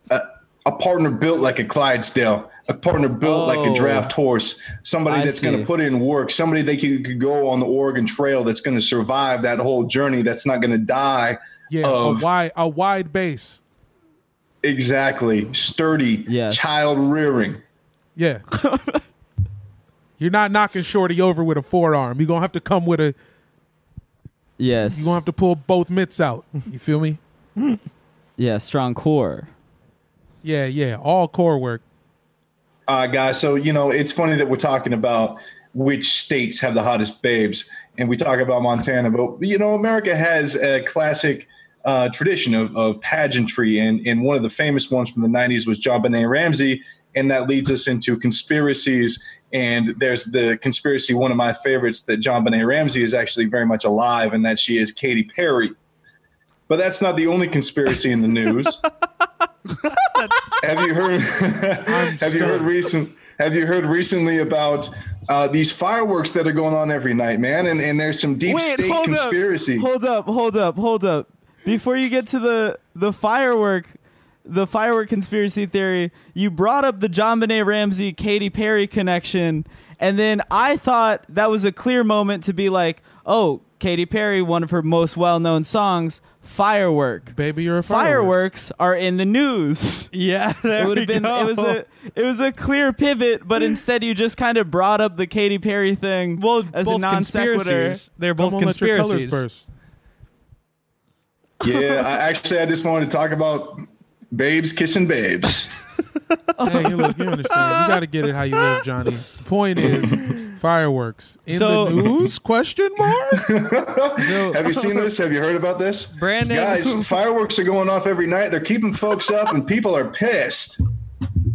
Speaker 4: a, a, a partner built like a Clydesdale, a partner built like
Speaker 2: Oh.
Speaker 4: a draft horse, somebody
Speaker 2: I
Speaker 4: that's going
Speaker 2: see.
Speaker 4: to put in work, somebody that you could go on the Oregon Trail that's going to survive that whole journey, that's not going to die.
Speaker 3: Yeah,
Speaker 4: of-
Speaker 3: a wide a wide base.
Speaker 4: Exactly. Sturdy,
Speaker 2: Yes.
Speaker 4: child rearing.
Speaker 3: Yeah. You're not knocking Shorty over with a forearm. You're gonna have to come with a
Speaker 2: Yes.
Speaker 3: you're gonna have to pull both mitts out. You feel me?
Speaker 2: yeah, strong core.
Speaker 3: Yeah, yeah. All core work.
Speaker 4: uh, guys. So you know, it's funny that we're talking about which states have the hottest babes, and we talk about Montana, but you know, America has a classic uh, tradition of, of pageantry, and and one of the famous ones from the '90s was John Benet Ramsey, and that leads us into conspiracies. And there's the conspiracy, one of my favorites, that John Benet Ramsey is actually very much alive, and that she is Katy Perry. But that's not the only conspiracy in the news. have you heard? have you heard recent? Have you heard recently about uh, these fireworks that are going on every night, man? And and there's some deep
Speaker 2: Wait,
Speaker 4: state
Speaker 2: hold
Speaker 4: conspiracy.
Speaker 2: up. Hold up, hold up, hold up. Before you get to the the firework the firework conspiracy theory, you brought up the John Benet Ramsey Katy Perry connection, and then I thought that was a clear moment to be like, oh, Katy Perry, one of her most well known songs, Firework.
Speaker 3: Baby, you're a firework.
Speaker 2: Fireworks are in the news.
Speaker 1: Yeah, there
Speaker 2: It would
Speaker 1: we
Speaker 2: have been
Speaker 1: go.
Speaker 2: it was a it was a clear pivot, but instead you just kind of brought up the Katy Perry thing
Speaker 1: well,
Speaker 2: as a
Speaker 1: both
Speaker 2: non sequitur.
Speaker 1: conspiracies. They're
Speaker 3: Come
Speaker 1: both
Speaker 3: on, let your colors
Speaker 1: conspiracies.
Speaker 3: burst.
Speaker 4: Yeah, I, actually, I just wanted to talk about babes kissing babes.
Speaker 3: Hey, you look, you understand. You gotta get it how you live, Johnny. The point is fireworks. In
Speaker 1: So-
Speaker 3: the news? Question mark?
Speaker 4: Have you seen this? Have you heard about this?
Speaker 1: Brandon-
Speaker 4: Guys, fireworks are going off every night. They're keeping folks up, and people are pissed.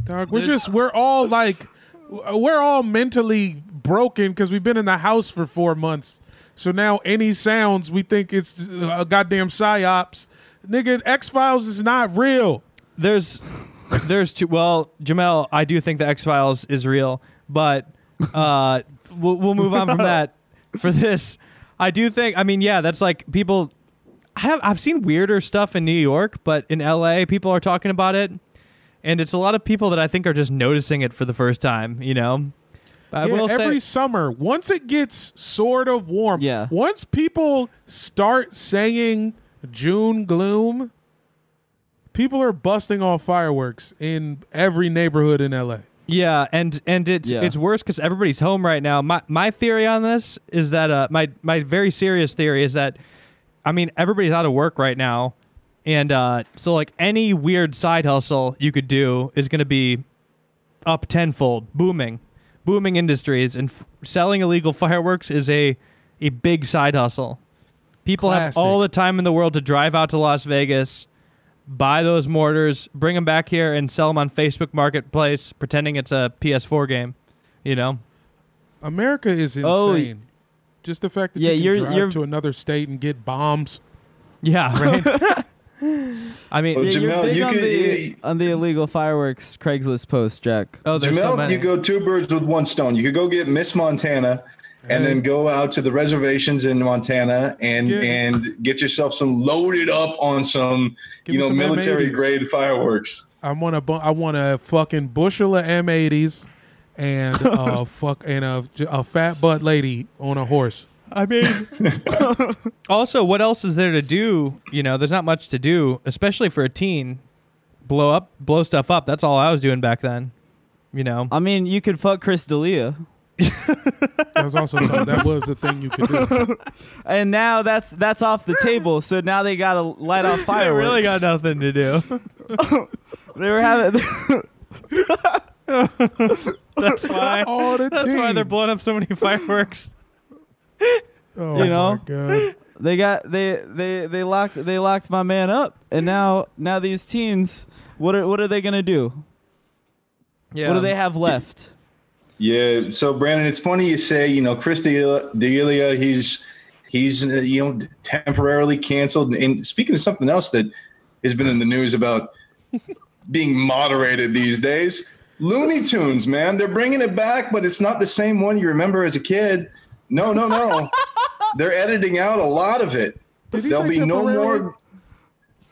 Speaker 3: Dog, we're just we're all like we're all mentally broken because we've been in the house for four months. So now any sounds we think it's a goddamn psyops. Nigga, X Files is not real.
Speaker 1: There's there's two well, Jamel, I do think the X Files is real, but Uh, we'll, we'll move on from that. For this, I do think. I mean, yeah, that's like people. I have I've seen weirder stuff in New York, but in LA, people are talking about it, and it's a lot of people that I think are just noticing it for the first time. You know, I
Speaker 3: Yeah,
Speaker 1: will
Speaker 3: every
Speaker 1: say
Speaker 3: summer, once it gets sort of warm,
Speaker 2: Yeah.
Speaker 3: once people start saying June gloom, people are busting off fireworks in every neighborhood in LA.
Speaker 1: Yeah, and and it's
Speaker 2: Yeah.
Speaker 1: it's worse because everybody's home right now. My my theory on this is that uh my my very serious theory is that, I mean everybody's out of work right now, and uh so like any weird side hustle you could do is going to be up tenfold, booming, booming industries, and f- selling illegal fireworks is a a big side hustle. People
Speaker 3: Classic.
Speaker 1: have all the time in the world to drive out to Las Vegas, buy those mortars, bring them back here, and sell them on Facebook Marketplace, pretending it's a PS4 game. You know?
Speaker 3: America is insane.
Speaker 2: Oh,
Speaker 3: Just the fact that
Speaker 2: Yeah,
Speaker 3: you can
Speaker 2: you're-
Speaker 3: drive
Speaker 2: you're-
Speaker 3: to another state and get bombs.
Speaker 1: Yeah. Right. I
Speaker 4: Well,
Speaker 1: mean,
Speaker 2: Yeah, you're
Speaker 4: Jamel,
Speaker 2: big
Speaker 4: you
Speaker 2: on,
Speaker 4: could-
Speaker 2: the,
Speaker 4: you-
Speaker 2: on the illegal fireworks Craigslist post, Jack.
Speaker 1: oh, there's so
Speaker 4: Jamel,
Speaker 1: many.
Speaker 4: you go two birds with one stone. You could go get Miss Montana and then go out to the reservations in Montana and
Speaker 3: Yeah.
Speaker 4: and get yourself some loaded up on some
Speaker 3: Give
Speaker 4: you
Speaker 3: me
Speaker 4: know
Speaker 3: some
Speaker 4: military
Speaker 3: M80s.
Speaker 4: grade fireworks.
Speaker 3: I want a bu- I want a fucking bushel of M80s and a fuck and a, a fat butt lady on a horse.
Speaker 1: I mean, also, what else is there to do? You know, there's not much to do, especially for a teen. Blow up, blow stuff up. That's all I was doing back then. You know,
Speaker 2: I mean, you could fuck Chris D'Elia.
Speaker 3: That was also something, that was the thing you could do.
Speaker 2: And now that's that's off the table. So now they gotta light off
Speaker 1: I
Speaker 2: fireworks.
Speaker 1: really got nothing to do.
Speaker 2: They were having.
Speaker 1: That's why.
Speaker 2: Oh,
Speaker 3: All the
Speaker 1: That's why they're
Speaker 3: teens.
Speaker 1: blowing up so many fireworks.
Speaker 3: Oh
Speaker 2: You know?
Speaker 3: my god.
Speaker 2: They got they they they locked they locked my man up, and now now these teens, what are what are they gonna do?
Speaker 1: Yeah.
Speaker 2: What do they have left?
Speaker 4: Yeah. So Brandon, it's funny you say you know Chris D'Elia. D'Elia he's he's uh, you know temporarily canceled. And speaking of something else that has been in the news about being moderated these days, Looney Tunes, man, they're bringing it back, but it's not the same one you remember as a kid. No, no, no. they're editing out a lot of it. There'll
Speaker 3: say
Speaker 4: be no
Speaker 3: temporarily?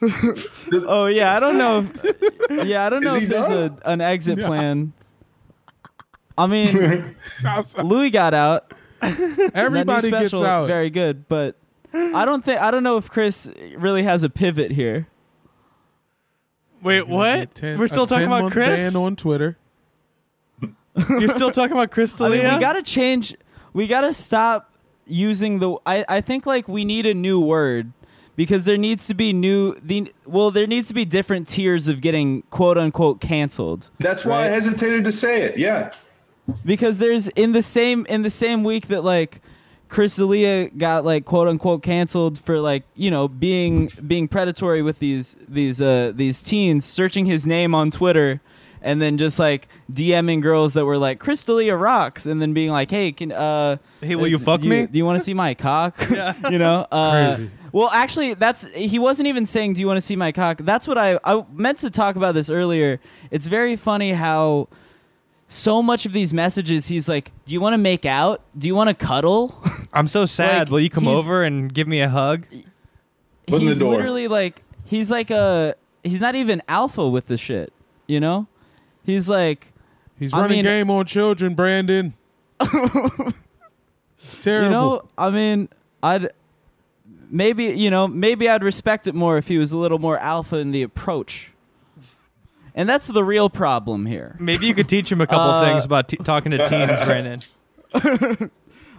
Speaker 4: more.
Speaker 2: Oh yeah, I don't know. If, yeah, I don't
Speaker 4: Is
Speaker 2: know
Speaker 4: he
Speaker 2: if there's a,
Speaker 4: done?
Speaker 2: an exit plan. I mean, Louis got out. That new
Speaker 3: Everybody gets
Speaker 2: special,
Speaker 3: out.
Speaker 2: Very good, but I don't think I don't know if Chris really has a pivot here.
Speaker 1: Wait,
Speaker 3: A
Speaker 1: what?
Speaker 3: ten-
Speaker 1: We're still
Speaker 3: a
Speaker 1: talking about
Speaker 3: 10-month
Speaker 1: Chris.
Speaker 3: ban on Twitter.
Speaker 1: You're still talking about Chris
Speaker 2: I mean,
Speaker 1: D'Elia.
Speaker 2: we gotta change. We gotta stop using the. I I think like we need a new word because there needs to be new. The well, there needs to be different tiers of getting quote unquote canceled.
Speaker 4: That's why I hesitated to say it. Yeah.
Speaker 2: because there's in the same in the same week that like Chris D'Elia got like quote unquote canceled for like you know being being predatory with these these uh these teens searching his name on Twitter and then just like DMing girls that were like Chris D'Elia rocks and then being like hey can uh
Speaker 1: Hey, will you
Speaker 2: do
Speaker 1: fuck me?
Speaker 2: do you want to see my cock you know uh,
Speaker 3: Crazy.
Speaker 2: well actually that's he wasn't even saying do you want to see my cock that's what I I meant to talk about this earlier it's very funny how so much of these messages he's like do you want to make out do you want to cuddle
Speaker 1: I'm so sad.
Speaker 2: Like,
Speaker 1: Will you come
Speaker 2: he's-
Speaker 1: over and give me a hug?
Speaker 4: Put in
Speaker 2: he's
Speaker 4: the door.
Speaker 2: literally like he's like a he's not even alpha with the shit you know he's like
Speaker 3: He's
Speaker 2: I
Speaker 3: running
Speaker 2: mean-
Speaker 3: game on children, Brandon. it's terrible.
Speaker 2: you know i mean i'd maybe you know maybe i'd respect it more if he was a little more alpha in the approach and that's the real problem here
Speaker 1: Maybe you could teach him a couple
Speaker 2: Uh,
Speaker 1: things about te- talking to teens, Brandon.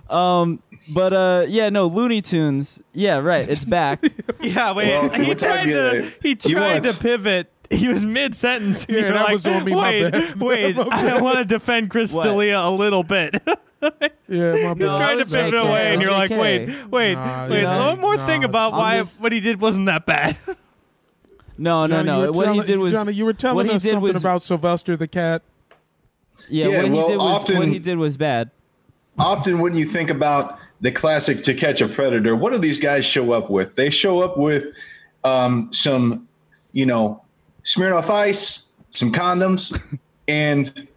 Speaker 2: but uh yeah no looney tunes yeah right it's back
Speaker 1: Yeah, wait.
Speaker 4: Well,
Speaker 1: he
Speaker 4: we'll talk
Speaker 1: tried
Speaker 4: to you
Speaker 1: to
Speaker 4: later.
Speaker 1: he
Speaker 4: You
Speaker 1: tried
Speaker 4: want-
Speaker 1: to pivot. He was mid sentence.
Speaker 3: Yeah,
Speaker 1: you're
Speaker 3: that
Speaker 1: like,
Speaker 3: was on me, my
Speaker 1: wait,
Speaker 3: bad.
Speaker 1: wait. I want to defend Chris
Speaker 2: What?
Speaker 1: D'Elia a little bit.
Speaker 3: yeah, my bad.
Speaker 1: tried
Speaker 2: I
Speaker 1: to
Speaker 2: was
Speaker 1: pivot
Speaker 2: okay,
Speaker 1: away,
Speaker 2: I
Speaker 1: and
Speaker 2: was
Speaker 1: you're like,
Speaker 2: okay.
Speaker 1: wait, wait,
Speaker 3: Nah,
Speaker 1: wait.
Speaker 2: yeah,
Speaker 1: one more
Speaker 3: nah,
Speaker 1: thing about
Speaker 2: I'm
Speaker 1: why
Speaker 2: just-
Speaker 1: what he did wasn't that bad.
Speaker 2: no no
Speaker 3: Johnny, you
Speaker 2: no
Speaker 3: were
Speaker 2: what
Speaker 3: telling-
Speaker 2: he did was
Speaker 3: Johnny, you were
Speaker 2: what
Speaker 3: telling
Speaker 2: he
Speaker 3: us
Speaker 2: did
Speaker 3: something
Speaker 2: was-
Speaker 3: about Sylvester the cat.
Speaker 2: yeah,
Speaker 4: Yeah,
Speaker 2: what he
Speaker 4: well,
Speaker 2: did was what
Speaker 4: often-
Speaker 2: he did was bad
Speaker 4: often when you think about the classic to catch a predator what do these guys show up with they show up with um, some you know smirnoff ice some condoms and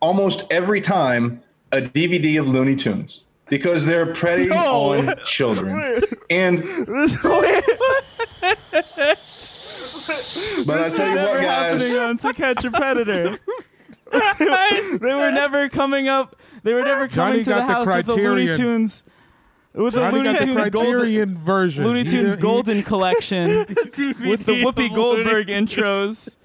Speaker 4: almost every time a DVD of Looney Tunes because they're preying
Speaker 5: No.
Speaker 4: on children. and but I
Speaker 2: This
Speaker 4: tell
Speaker 2: was
Speaker 4: you
Speaker 2: never
Speaker 4: what, guys,
Speaker 2: happening on to catch a predator. they were never coming up. They were never coming to
Speaker 3: Johnny
Speaker 2: the
Speaker 3: got the
Speaker 2: house with the Looney
Speaker 3: Criterion.
Speaker 2: Tunes. With the
Speaker 3: Johnny
Speaker 2: Looney
Speaker 3: got the
Speaker 2: Tunes
Speaker 3: Criterion
Speaker 2: golden
Speaker 3: version.
Speaker 2: Looney
Speaker 3: He-
Speaker 2: Tunes
Speaker 3: he-
Speaker 2: Golden Collection with the
Speaker 3: DVD of
Speaker 2: Whoopi
Speaker 3: Looney
Speaker 2: Goldberg intros.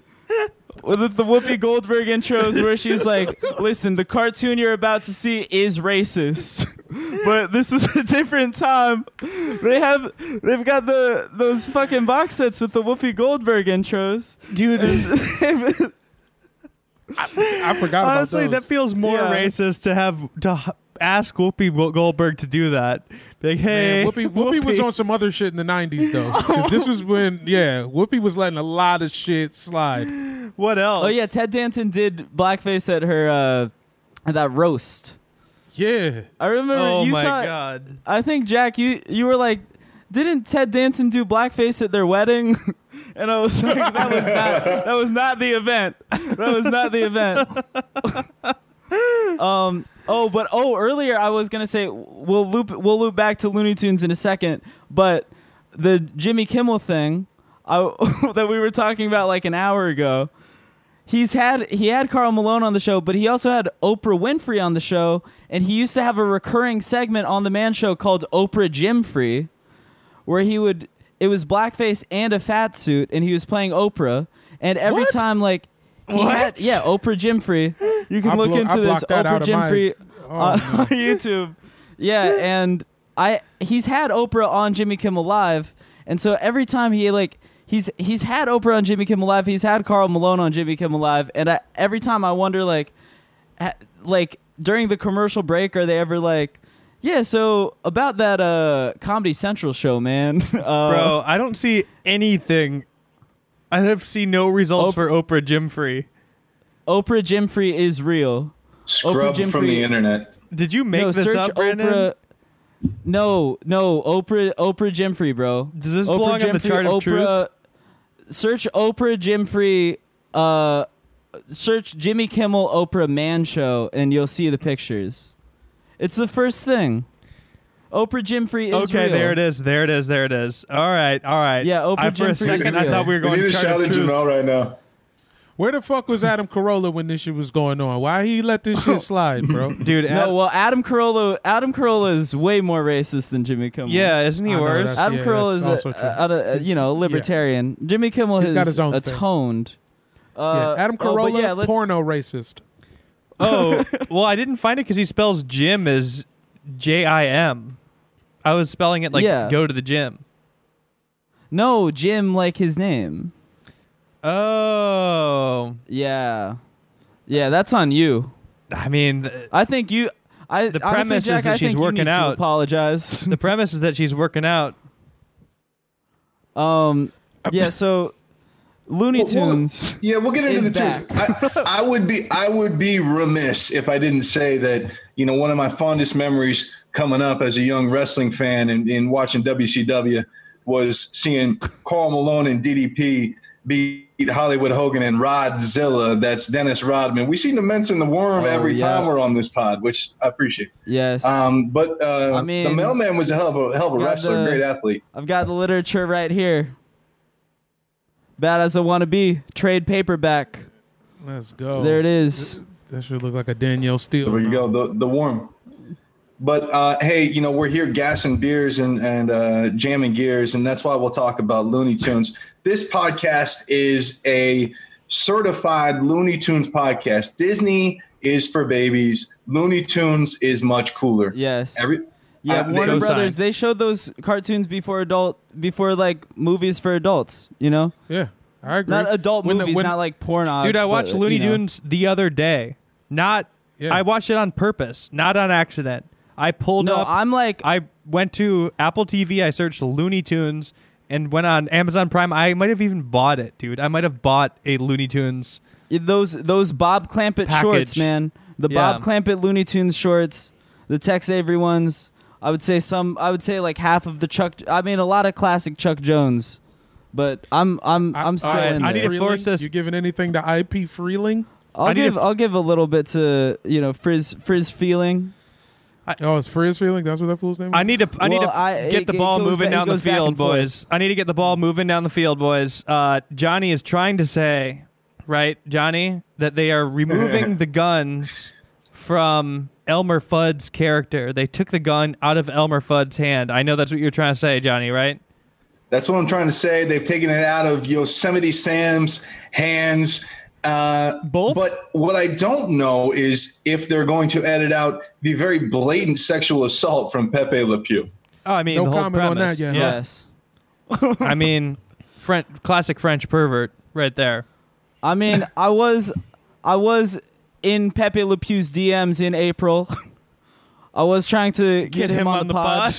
Speaker 2: With the Whoopi Goldberg intros, where she's like, "Listen, the cartoon you're about to see is racist, but this was a different time. They have, they've got the those fucking box sets with the Whoopi Goldberg intros, dude.
Speaker 3: I forgot about
Speaker 1: Honestly,
Speaker 3: those.
Speaker 1: that feels more
Speaker 2: Yeah.
Speaker 1: racist to have to h- ask Whoopi Go- Goldberg to do that. Be Like, hey,
Speaker 3: Man, Whoopi, Whoopi was
Speaker 1: Whoopi.
Speaker 3: on some other shit in the '90s though. 'Cause This was when, yeah, Whoopi was letting a lot of shit slide.
Speaker 1: What else?
Speaker 2: Oh yeah, Ted Danson did blackface at her uh, at that roast.
Speaker 3: Yeah,
Speaker 2: I remember.
Speaker 1: Oh
Speaker 2: you
Speaker 1: my
Speaker 2: thought-
Speaker 1: god.
Speaker 2: I think Jack, you you were like, didn't Ted Danson do blackface at their wedding? and I was like, that was not that was not the event. That was not the event. um. Oh, but oh, earlier I was gonna say we'll loop we'll loop back to Looney Tunes in a second, but the Jimmy Kimmel thing I, that we were talking about like an hour ago he's had he had Carl Malone on the show, but he also had Oprah Winfrey on the show, and he used to have a recurring segment on the Man Show called Oprah Jimfrey, where he would it was blackface and a fat suit, and he was playing Oprah, and every
Speaker 3: What?
Speaker 2: time like he
Speaker 3: What?
Speaker 2: had yeah Oprah Jimfrey, you can
Speaker 3: I
Speaker 2: look
Speaker 3: blo- I
Speaker 2: into this
Speaker 3: blocked that
Speaker 2: Oprah
Speaker 3: out of my-
Speaker 2: Jimfrey
Speaker 3: Oh,
Speaker 2: on, on YouTube, yeah, and I he's had Oprah on Jimmy Kimmel Live, and so every time he like. He's, he's had Oprah on Jimmy Kimmel Live. He's had Carl Malone on Jimmy Kimmel Live, and I, every time I wonder, like, ha- like during the commercial break are they ever like yeah so about that uh comedy central show man uh,
Speaker 1: Bro, I don't see anything. I have seen no results for Oprah Jimfrey.
Speaker 2: oprah jimfrey is real
Speaker 4: scrub
Speaker 2: Oprah
Speaker 4: from
Speaker 2: Winfrey-
Speaker 4: the internet.
Speaker 1: Did you make
Speaker 2: no
Speaker 1: this
Speaker 2: search
Speaker 1: up, Brandon?
Speaker 2: oprah no no oprah oprah jimfrey bro
Speaker 1: Does this
Speaker 2: oprah
Speaker 1: belong on the chart of
Speaker 2: oprah search oprah jimfrey uh search jimmy kimmel oprah man show and you'll see the pictures it's the first thing oprah jimfrey is
Speaker 1: Okay,
Speaker 2: real.
Speaker 1: there it is. There it is. There it is. All right. All right.
Speaker 2: Yeah, Oprah
Speaker 1: I, for
Speaker 2: Winfrey
Speaker 1: a
Speaker 2: is
Speaker 1: second, I
Speaker 2: real.
Speaker 1: thought we were
Speaker 4: We
Speaker 1: going
Speaker 4: need
Speaker 1: to
Speaker 4: to
Speaker 1: chart
Speaker 4: shout
Speaker 1: of
Speaker 4: at
Speaker 1: truth.
Speaker 4: Jamel right now.
Speaker 3: Where the fuck was Adam Carolla when this shit was going on? Why he let this shit slide, bro?
Speaker 1: Dude, Ad-
Speaker 2: No, well, Adam Carolla, Adam Carolla is way more racist than Jimmy Kimmel.
Speaker 1: yeah, isn't he
Speaker 3: I know,
Speaker 1: worse?
Speaker 3: that's-
Speaker 2: Adam
Speaker 3: yeah,
Speaker 2: Carolla is
Speaker 3: that's
Speaker 2: a,
Speaker 3: also true.
Speaker 2: a, a- a- you know libertarian. Jimmy Kimmel
Speaker 3: He's
Speaker 2: has
Speaker 3: got his own thing.
Speaker 2: atoned.
Speaker 3: Yeah,
Speaker 2: Uh,
Speaker 3: Adam
Speaker 2: oh, but
Speaker 3: Carolla,
Speaker 2: yeah, let's-
Speaker 3: porno racist.
Speaker 1: Oh, well, I didn't find it because he spells Jim as J I M. I was spelling it like
Speaker 2: Yeah.
Speaker 1: go to the gym.
Speaker 2: No, Jim, like his name.
Speaker 1: Oh,
Speaker 2: Yeah, yeah, that's on you.
Speaker 1: I mean, th-
Speaker 2: I think you. I the honestly,
Speaker 1: premise is
Speaker 2: Jack,
Speaker 1: that
Speaker 2: I
Speaker 1: she's
Speaker 2: think you
Speaker 1: working
Speaker 2: need to
Speaker 1: out.
Speaker 2: apologize.
Speaker 1: the premise is that she's working out.
Speaker 2: um, yeah. So, Looney
Speaker 4: Well, well,
Speaker 2: Tunes.
Speaker 4: yeah, we'll get into
Speaker 2: is
Speaker 4: the tunes. I, I would be I would be remiss if I didn't say that you know one of my fondest memories coming up as a young wrestling fan and, and watching WCW was seeing Carl Malone and DDP beat Hollywood Hogan and Rodzilla. That's Dennis Rodman. We seem to mention the worm
Speaker 2: Oh,
Speaker 4: every
Speaker 2: yeah.
Speaker 4: time we're on this pod, which I appreciate.
Speaker 2: Yes.
Speaker 4: Um, but uh,
Speaker 2: I mean,
Speaker 4: the mailman was a hell of a hell of a
Speaker 2: got
Speaker 4: wrestler,
Speaker 2: the-
Speaker 4: great athlete.
Speaker 2: I've got the literature right here. Bad as I want to be, trade paperback.
Speaker 3: Let's go.
Speaker 2: There it is.
Speaker 3: That should look like a Danielle Steele.
Speaker 4: There you go. The the warm. But uh, hey, you know we're here gassing beers and and uh, jamming gears, and that's why we'll talk about Looney Tunes. This podcast is a certified Looney Tunes podcast. Disney is for babies. Looney Tunes is much cooler.
Speaker 2: Yes.
Speaker 4: Every
Speaker 2: yeah,
Speaker 4: I-
Speaker 2: Warner
Speaker 4: they-
Speaker 2: Brothers. They showed those cartoons before adult, before like movies for adults. You know,
Speaker 3: Yeah, I agree.
Speaker 2: not adult
Speaker 3: When the-
Speaker 2: movies,
Speaker 3: when-
Speaker 2: not like porn.
Speaker 1: Dude, I watched Looney
Speaker 2: you know.
Speaker 1: Tunes the other day. Not,
Speaker 3: Yeah.
Speaker 1: I watched it on purpose, not on accident. I pulled
Speaker 2: No,
Speaker 1: up.
Speaker 2: I'm like,
Speaker 1: I went to Apple TV. I searched Looney Tunes and went on Amazon Prime. I might have even bought it, dude. I might have bought a Looney Tunes.
Speaker 2: those those Bob Clampett
Speaker 1: Package.
Speaker 2: shorts, man. The Bob
Speaker 1: Yeah.
Speaker 2: Clampett Looney Tunes shorts, the Tex Avery ones. I would say some. I would say like half of the Chuck. I mean, a lot of classic Chuck Jones, but I'm I'm I, am i am i am
Speaker 3: I-
Speaker 2: still
Speaker 1: right,
Speaker 2: in
Speaker 1: I
Speaker 2: there.
Speaker 1: need to
Speaker 3: Freeling?
Speaker 1: force this-
Speaker 3: You giving anything to IP Freeling?
Speaker 2: I'll
Speaker 1: I need
Speaker 2: give
Speaker 1: a f-
Speaker 2: I'll give a little bit to you know frizz frizz feeling.
Speaker 3: oh, it's Frizz feeling. That's what that fool's name.
Speaker 1: I need to. I need
Speaker 2: Well,
Speaker 1: to
Speaker 2: I-
Speaker 1: get
Speaker 2: it-
Speaker 1: the
Speaker 2: it
Speaker 1: ball
Speaker 2: goes
Speaker 1: moving
Speaker 2: ba- it
Speaker 1: down the
Speaker 2: goes back
Speaker 1: field,
Speaker 2: and forth.
Speaker 1: boys. I need to get the ball moving down the field, boys. Uh, Johnny is trying to say, right, Johnny, that they are removing the guns from Elmer Fudd's character. They took the gun out of Elmer Fudd's hand. I know that's what you're trying to say, Johnny. Right?
Speaker 4: That's what I'm trying to say. They've taken it out of Yosemite Sam's hands. Uh,
Speaker 1: Both.
Speaker 4: But what I don't know is if they're going to edit out the very blatant sexual assault from Pepe Le Pew.
Speaker 1: Oh, I mean,
Speaker 3: No
Speaker 1: the whole
Speaker 3: comment on
Speaker 1: premise.
Speaker 3: that yet, huh?
Speaker 1: Yeah.
Speaker 2: Yes.
Speaker 1: I mean, French, classic French pervert, right there.
Speaker 2: I mean, I was, I was in Pepe Le Pew's DMs in April. I was trying to get, him, on, the pod.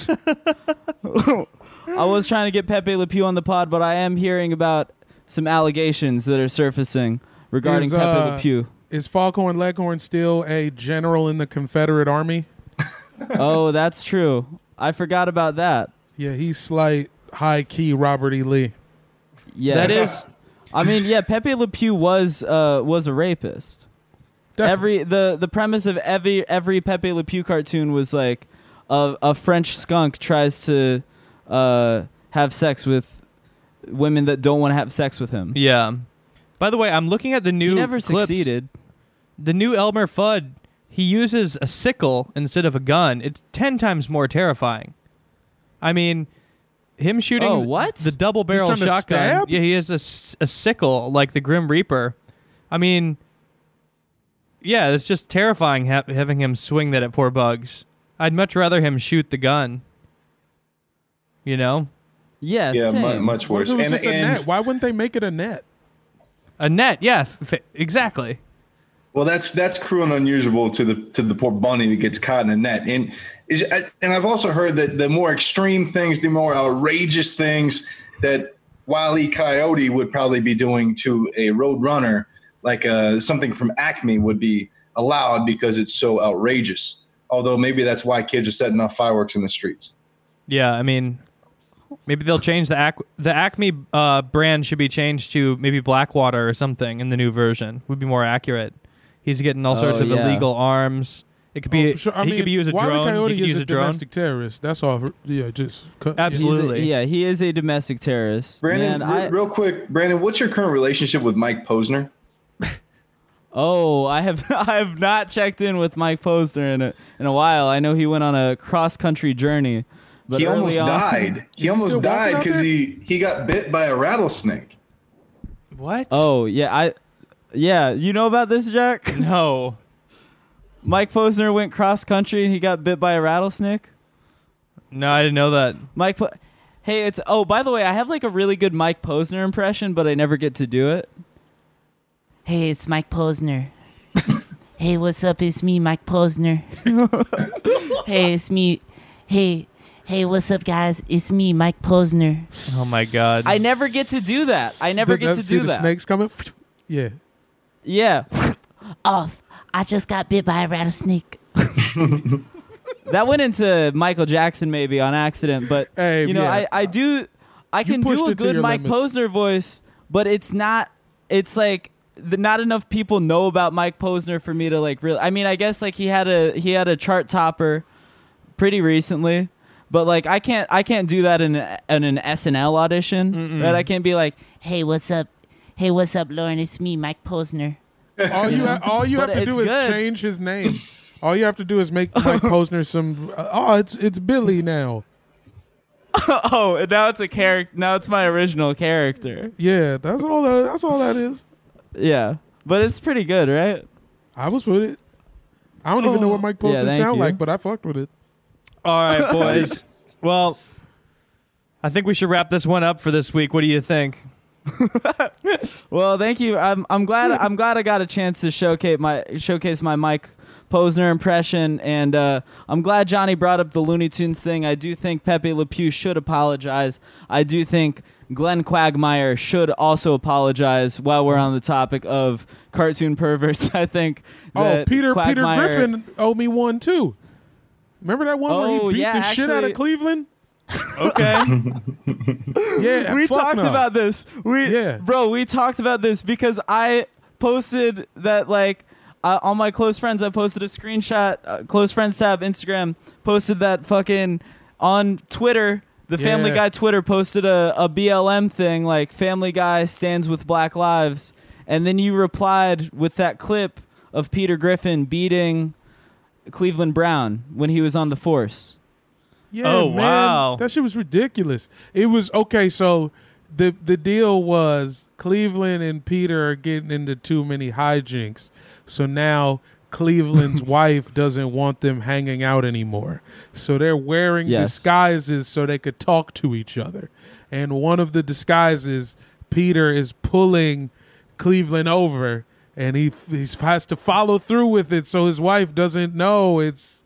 Speaker 2: I was trying to get Pepe Le Pew on the pod, but I am hearing about some allegations that are surfacing regarding
Speaker 3: Is,
Speaker 2: Pepe
Speaker 3: uh,
Speaker 2: Le Pew.
Speaker 3: Is Falcon Leghorn still a general in the Confederate Army?
Speaker 2: oh, that's true. I forgot about that.
Speaker 3: Yeah, he's slight high key Robert E. Lee.
Speaker 2: Yeah,
Speaker 1: That is.
Speaker 2: I mean, yeah, Pepe Le Pew was uh, was a rapist.
Speaker 3: Definitely.
Speaker 2: Every the the premise of every every Pepe Le Pew cartoon was like a a French skunk tries to uh, have sex with women that don't want to have sex with him.
Speaker 1: Yeah. By the way, I'm looking at the new.
Speaker 2: He never
Speaker 1: clips.
Speaker 2: succeeded.
Speaker 1: The new Elmer Fudd, he uses a sickle instead of a gun. It's ten times more terrifying. I mean, him shooting
Speaker 2: Oh, what?
Speaker 1: the double barrel
Speaker 3: He's trying to
Speaker 1: shotgun.
Speaker 3: stab?
Speaker 1: Yeah, he has a, s- a sickle like the Grim Reaper. I mean, yeah, it's just terrifying ha- having him swing that at poor Bugs. I'd much rather him shoot the gun. You know,
Speaker 2: Yeah,
Speaker 4: Yeah,
Speaker 2: same.
Speaker 4: mu- much
Speaker 3: What
Speaker 4: worse.
Speaker 3: if it was
Speaker 4: And,
Speaker 3: just a
Speaker 4: and-
Speaker 3: net? Why wouldn't they make it a net?
Speaker 1: a net. Yeah, f- f- exactly.
Speaker 4: Well, that's that's cruel and unusual to the to the poor bunny that gets caught in a net. And is I- and I've also heard that the more extreme things, the more outrageous things that Wile E. Coyote would probably be doing to a roadrunner, like uh, something from Acme, would be allowed because it's so outrageous. Although maybe that's why kids are setting off fireworks in the streets.
Speaker 1: Yeah, I mean, maybe they'll change the Ac- the Acme uh, brand should be changed to maybe Blackwater or something in the new version. Would be more accurate. He's getting all sorts
Speaker 2: Oh,
Speaker 1: of
Speaker 2: yeah.
Speaker 1: illegal arms. It could be
Speaker 3: Oh, for sure.
Speaker 1: he could be use a
Speaker 3: Wile E.
Speaker 1: drone.
Speaker 3: Coyote
Speaker 1: He could
Speaker 3: is
Speaker 1: use
Speaker 3: a,
Speaker 1: a drone.
Speaker 3: domestic terrorist. That's all. Yeah, just cut-
Speaker 2: He's a-
Speaker 1: Absolutely.
Speaker 2: yeah, he is a domestic terrorist.
Speaker 4: Brandon,
Speaker 2: Man,
Speaker 4: re-
Speaker 2: I,
Speaker 4: real quick, Brandon, what's your current relationship with Mike Posner?
Speaker 2: Oh, I have I have not checked in with Mike Posner in a in a while. I know he went on a cross country journey, but
Speaker 4: he
Speaker 2: early
Speaker 4: almost
Speaker 2: on-
Speaker 4: died.
Speaker 3: he
Speaker 4: He
Speaker 3: still
Speaker 4: almost
Speaker 3: walking
Speaker 4: died
Speaker 3: out
Speaker 4: because
Speaker 3: there?
Speaker 4: he he got bit by a rattlesnake.
Speaker 1: What?
Speaker 2: Oh yeah, I yeah. You know about this, Jack?
Speaker 1: no.
Speaker 2: Mike Posner went cross country and he got bit by a rattlesnake.
Speaker 1: No, I didn't know that.
Speaker 2: Mike, po- hey, it's oh by the way, I have like a really good Mike Posner impression, but I never get to do it.
Speaker 11: Hey, it's Mike Posner. hey, what's up? It's me, Mike Posner. hey, it's me. Hey, hey, what's up, guys? It's me, Mike Posner.
Speaker 1: Oh my god.
Speaker 2: I never get to do that. I never
Speaker 3: The-
Speaker 2: get to
Speaker 3: see
Speaker 2: do
Speaker 3: the
Speaker 2: that.
Speaker 3: Snakes coming. Yeah.
Speaker 2: Yeah,
Speaker 11: Off. I just got bit by a rattlesnake.
Speaker 2: that went into Michael Jackson maybe on accident, but
Speaker 3: Hey,
Speaker 2: you know,
Speaker 3: yeah.
Speaker 2: I, I do I can do
Speaker 3: pushed
Speaker 2: a
Speaker 3: it to
Speaker 2: good
Speaker 3: your
Speaker 2: Mike
Speaker 3: limits.
Speaker 2: Posner voice, but it's not it's like the, not enough people know about Mike Posner for me to like really I mean, I guess like he had a he had a chart topper pretty recently. But like I can't I can't do that in, a- in an SNL audition. Right? I can't be like,
Speaker 11: Hey, what's up? Hey, what's up, Lauren? It's me, Mike Posner.
Speaker 3: All you ha- all you
Speaker 2: But
Speaker 3: have to do
Speaker 2: it's
Speaker 3: is
Speaker 2: good.
Speaker 3: change his name. All you have to do is make Mike Posner some. oh, it's it's Billy now.
Speaker 2: Oh, and now it's a character now it's my original character.
Speaker 3: Yeah, that's all. That, that's all that is.
Speaker 2: Yeah. But it's pretty good, right?
Speaker 3: I was with it. I don't even know what Mike
Speaker 2: Yeah,
Speaker 3: Posner
Speaker 2: thank
Speaker 3: sound
Speaker 2: you.
Speaker 3: like, but I fucked with it.
Speaker 1: All right, boys. well, I think we should wrap this one up for this week. What do you think?
Speaker 2: Well, thank you. I'm I'm glad I'm glad I got a chance to showcase my showcase my Mike Posner impression, and uh, I'm glad Johnny brought up the Looney Tunes thing. I do think Pepe Le Pew should apologize. I do think Glenn Quagmire should also apologize. While we're on the topic of cartoon perverts, I think
Speaker 3: Oh,
Speaker 2: that
Speaker 3: Peter
Speaker 2: Quagmire-
Speaker 3: Peter Griffin owed me one too. Remember that one where
Speaker 2: Oh,
Speaker 3: he beat
Speaker 2: yeah,
Speaker 3: the shit out
Speaker 2: actually-
Speaker 3: of Cleveland?
Speaker 1: Okay.
Speaker 3: Yeah,
Speaker 2: we
Speaker 3: fuck
Speaker 2: talked
Speaker 3: no.
Speaker 2: about this. We
Speaker 3: Yeah.
Speaker 2: bro, we talked about this because I posted that like uh, on my close friends. I posted a screenshot. Uh, close friends tab Instagram posted that fucking on Twitter. The Family
Speaker 1: Yeah.
Speaker 2: Guy Twitter posted a, a BLM thing like Family Guy stands with Black Lives, and then you replied with that clip of Peter Griffin beating Cleveland Brown when he was on the force.
Speaker 3: Yeah, man. that shit was ridiculous. It was okay. So the the deal was Cleveland and Peter are getting into too many hijinks. So now Cleveland's wife doesn't want them hanging out anymore. So they're wearing
Speaker 2: Yes.
Speaker 3: disguises so they could talk to each other. And one of the disguises, Peter is pulling Cleveland over, and he he has to follow through with it so his wife doesn't know it's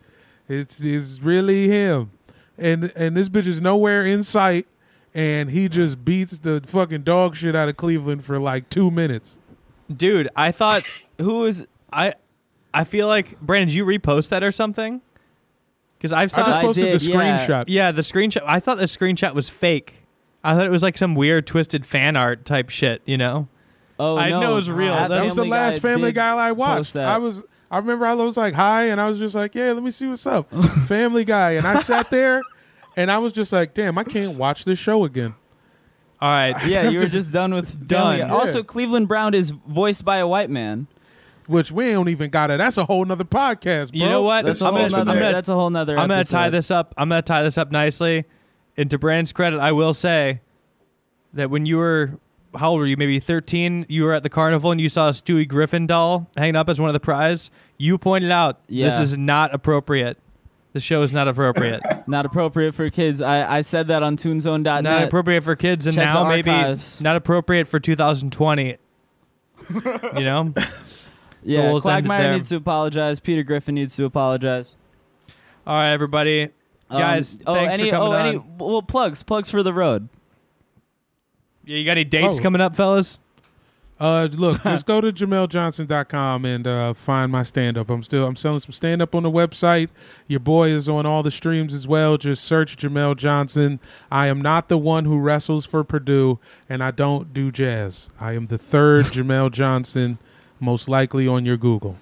Speaker 3: it's it's really him. And and this bitch is nowhere in sight and he just beats the fucking dog shit out of Cleveland for like 2 minutes.
Speaker 1: Dude, I thought who is I I feel like Brandon, did you repost that or something? Because I've saw
Speaker 3: I just I posted the did, yeah.
Speaker 1: Uh, Yeah.
Speaker 3: screenshot.
Speaker 1: the screenshot. I thought the screenshot was fake. I thought it was like some weird twisted fan art type shit. You know?
Speaker 2: Oh,
Speaker 1: I
Speaker 2: no.
Speaker 1: know it was real.
Speaker 2: That
Speaker 1: That's
Speaker 3: That was the last Family Guy I watched.
Speaker 1: that.
Speaker 3: I was I remember I was like hi, and I was just like yeah, let me see what's up, Family Guy, and I sat there, and I was just like damn, I can't watch this show again.
Speaker 1: All right,
Speaker 2: Yeah, you were just done with Family
Speaker 3: Done.
Speaker 2: Guy. Also,
Speaker 3: Yeah.
Speaker 2: Cleveland Brown is voiced by a white man.
Speaker 3: Which we don't even got it. That's a whole nother podcast. Bro.
Speaker 1: You know what?
Speaker 2: That's a whole nother- that's a whole nother
Speaker 1: I'm gonna tie
Speaker 2: episode.
Speaker 1: this up. I'm gonna tie this up nicely. And to Brandon's credit, I will say that when you were how old were you? Maybe 13. You were at the carnival and you saw a Stewie Griffin doll hanging up as one of the prize. You pointed out this
Speaker 2: Yeah.
Speaker 1: is not appropriate. The show is not appropriate.
Speaker 2: Not appropriate for kids. I, I said that on ToonZone.net.
Speaker 1: not appropriate for kids, and
Speaker 2: Check the
Speaker 1: now maybe
Speaker 2: archives.
Speaker 1: not appropriate for 2020. you know.
Speaker 2: Yeah,
Speaker 1: we'll send it
Speaker 2: Quagmire
Speaker 1: there.
Speaker 2: needs to apologize. Peter Griffin needs to apologize.
Speaker 1: All right, everybody,
Speaker 2: Um,
Speaker 1: guys.
Speaker 2: oh,
Speaker 1: thanks
Speaker 2: any,
Speaker 1: for coming
Speaker 2: oh,
Speaker 1: on.
Speaker 2: any well plugs, plugs for the road.
Speaker 1: yeah, you got any dates
Speaker 3: Oh.
Speaker 1: coming up, fellas?
Speaker 3: Uh, look, just go to jameljohnson.com and uh, find my stand up. I'm still I'm selling some stand up on the website. Your boy is on all the streams as well. Just search Jamel Johnson. I am not the one who wrestles for Purdue, and I don't do jazz. I am the third Jamel Johnson, most likely on your Google.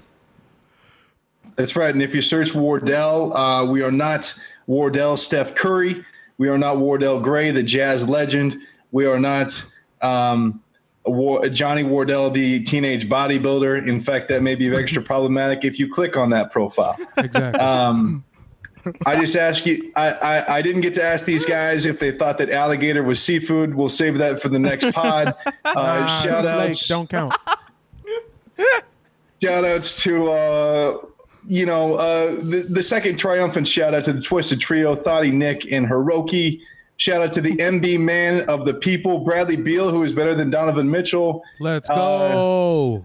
Speaker 4: That's right. And if you search Wardell, uh, we are not Wardell Steph Curry. We are not Wardell Gray, the jazz legend. We are not um, War- Johnny Wardell, the teenage bodybuilder. In fact, that may be extra problematic if you click on that profile.
Speaker 3: Exactly.
Speaker 4: Um, I just ask you, I, I, I didn't get to ask these guys if they thought that alligator was seafood. We'll save that for the next pod. Uh,
Speaker 3: Nah, it's
Speaker 4: shout
Speaker 3: Blake,
Speaker 4: outs
Speaker 3: Don't count.
Speaker 4: shout outs to uh you know uh the, the second triumphant shout out to the twisted trio thoughty nick and hiroki shout out to the mb man of the people bradley beal who is better than donovan mitchell
Speaker 3: Let's
Speaker 4: Uh,
Speaker 3: go.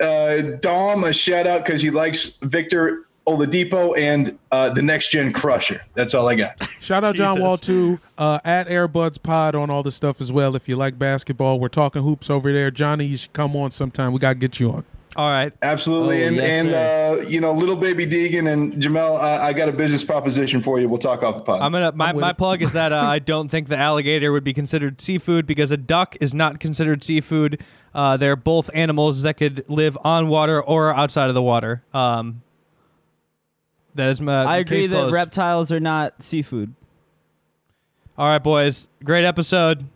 Speaker 4: uh dom a shout out because he likes victor oladipo and uh the next gen crusher that's all i got
Speaker 3: Shout out John
Speaker 4: Jesus.
Speaker 3: Wall too. Uh, at Airbuds Pod on all this stuff as well. If you like basketball, we're talking hoops over there. Johnny, you should come on sometime. We gotta get you on.
Speaker 1: All right.
Speaker 4: Absolutely.
Speaker 3: Oh,
Speaker 4: and,
Speaker 3: yes,
Speaker 4: and uh, you know, little baby Deegan and Jamel, I, I got a business proposition for you. We'll talk off the pod.
Speaker 1: I'm gonna my, my plug is that uh, I don't think the alligator would be considered seafood because a duck is not considered seafood. Uh, they're both animals that could live on water or outside of the water. Um, that is my.
Speaker 2: I agree
Speaker 1: case
Speaker 2: that
Speaker 1: closed.
Speaker 2: reptiles are not seafood.
Speaker 1: All right, boys. Great episode.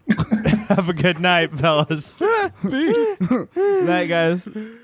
Speaker 1: Have a good night, fellas.
Speaker 2: Night, guys.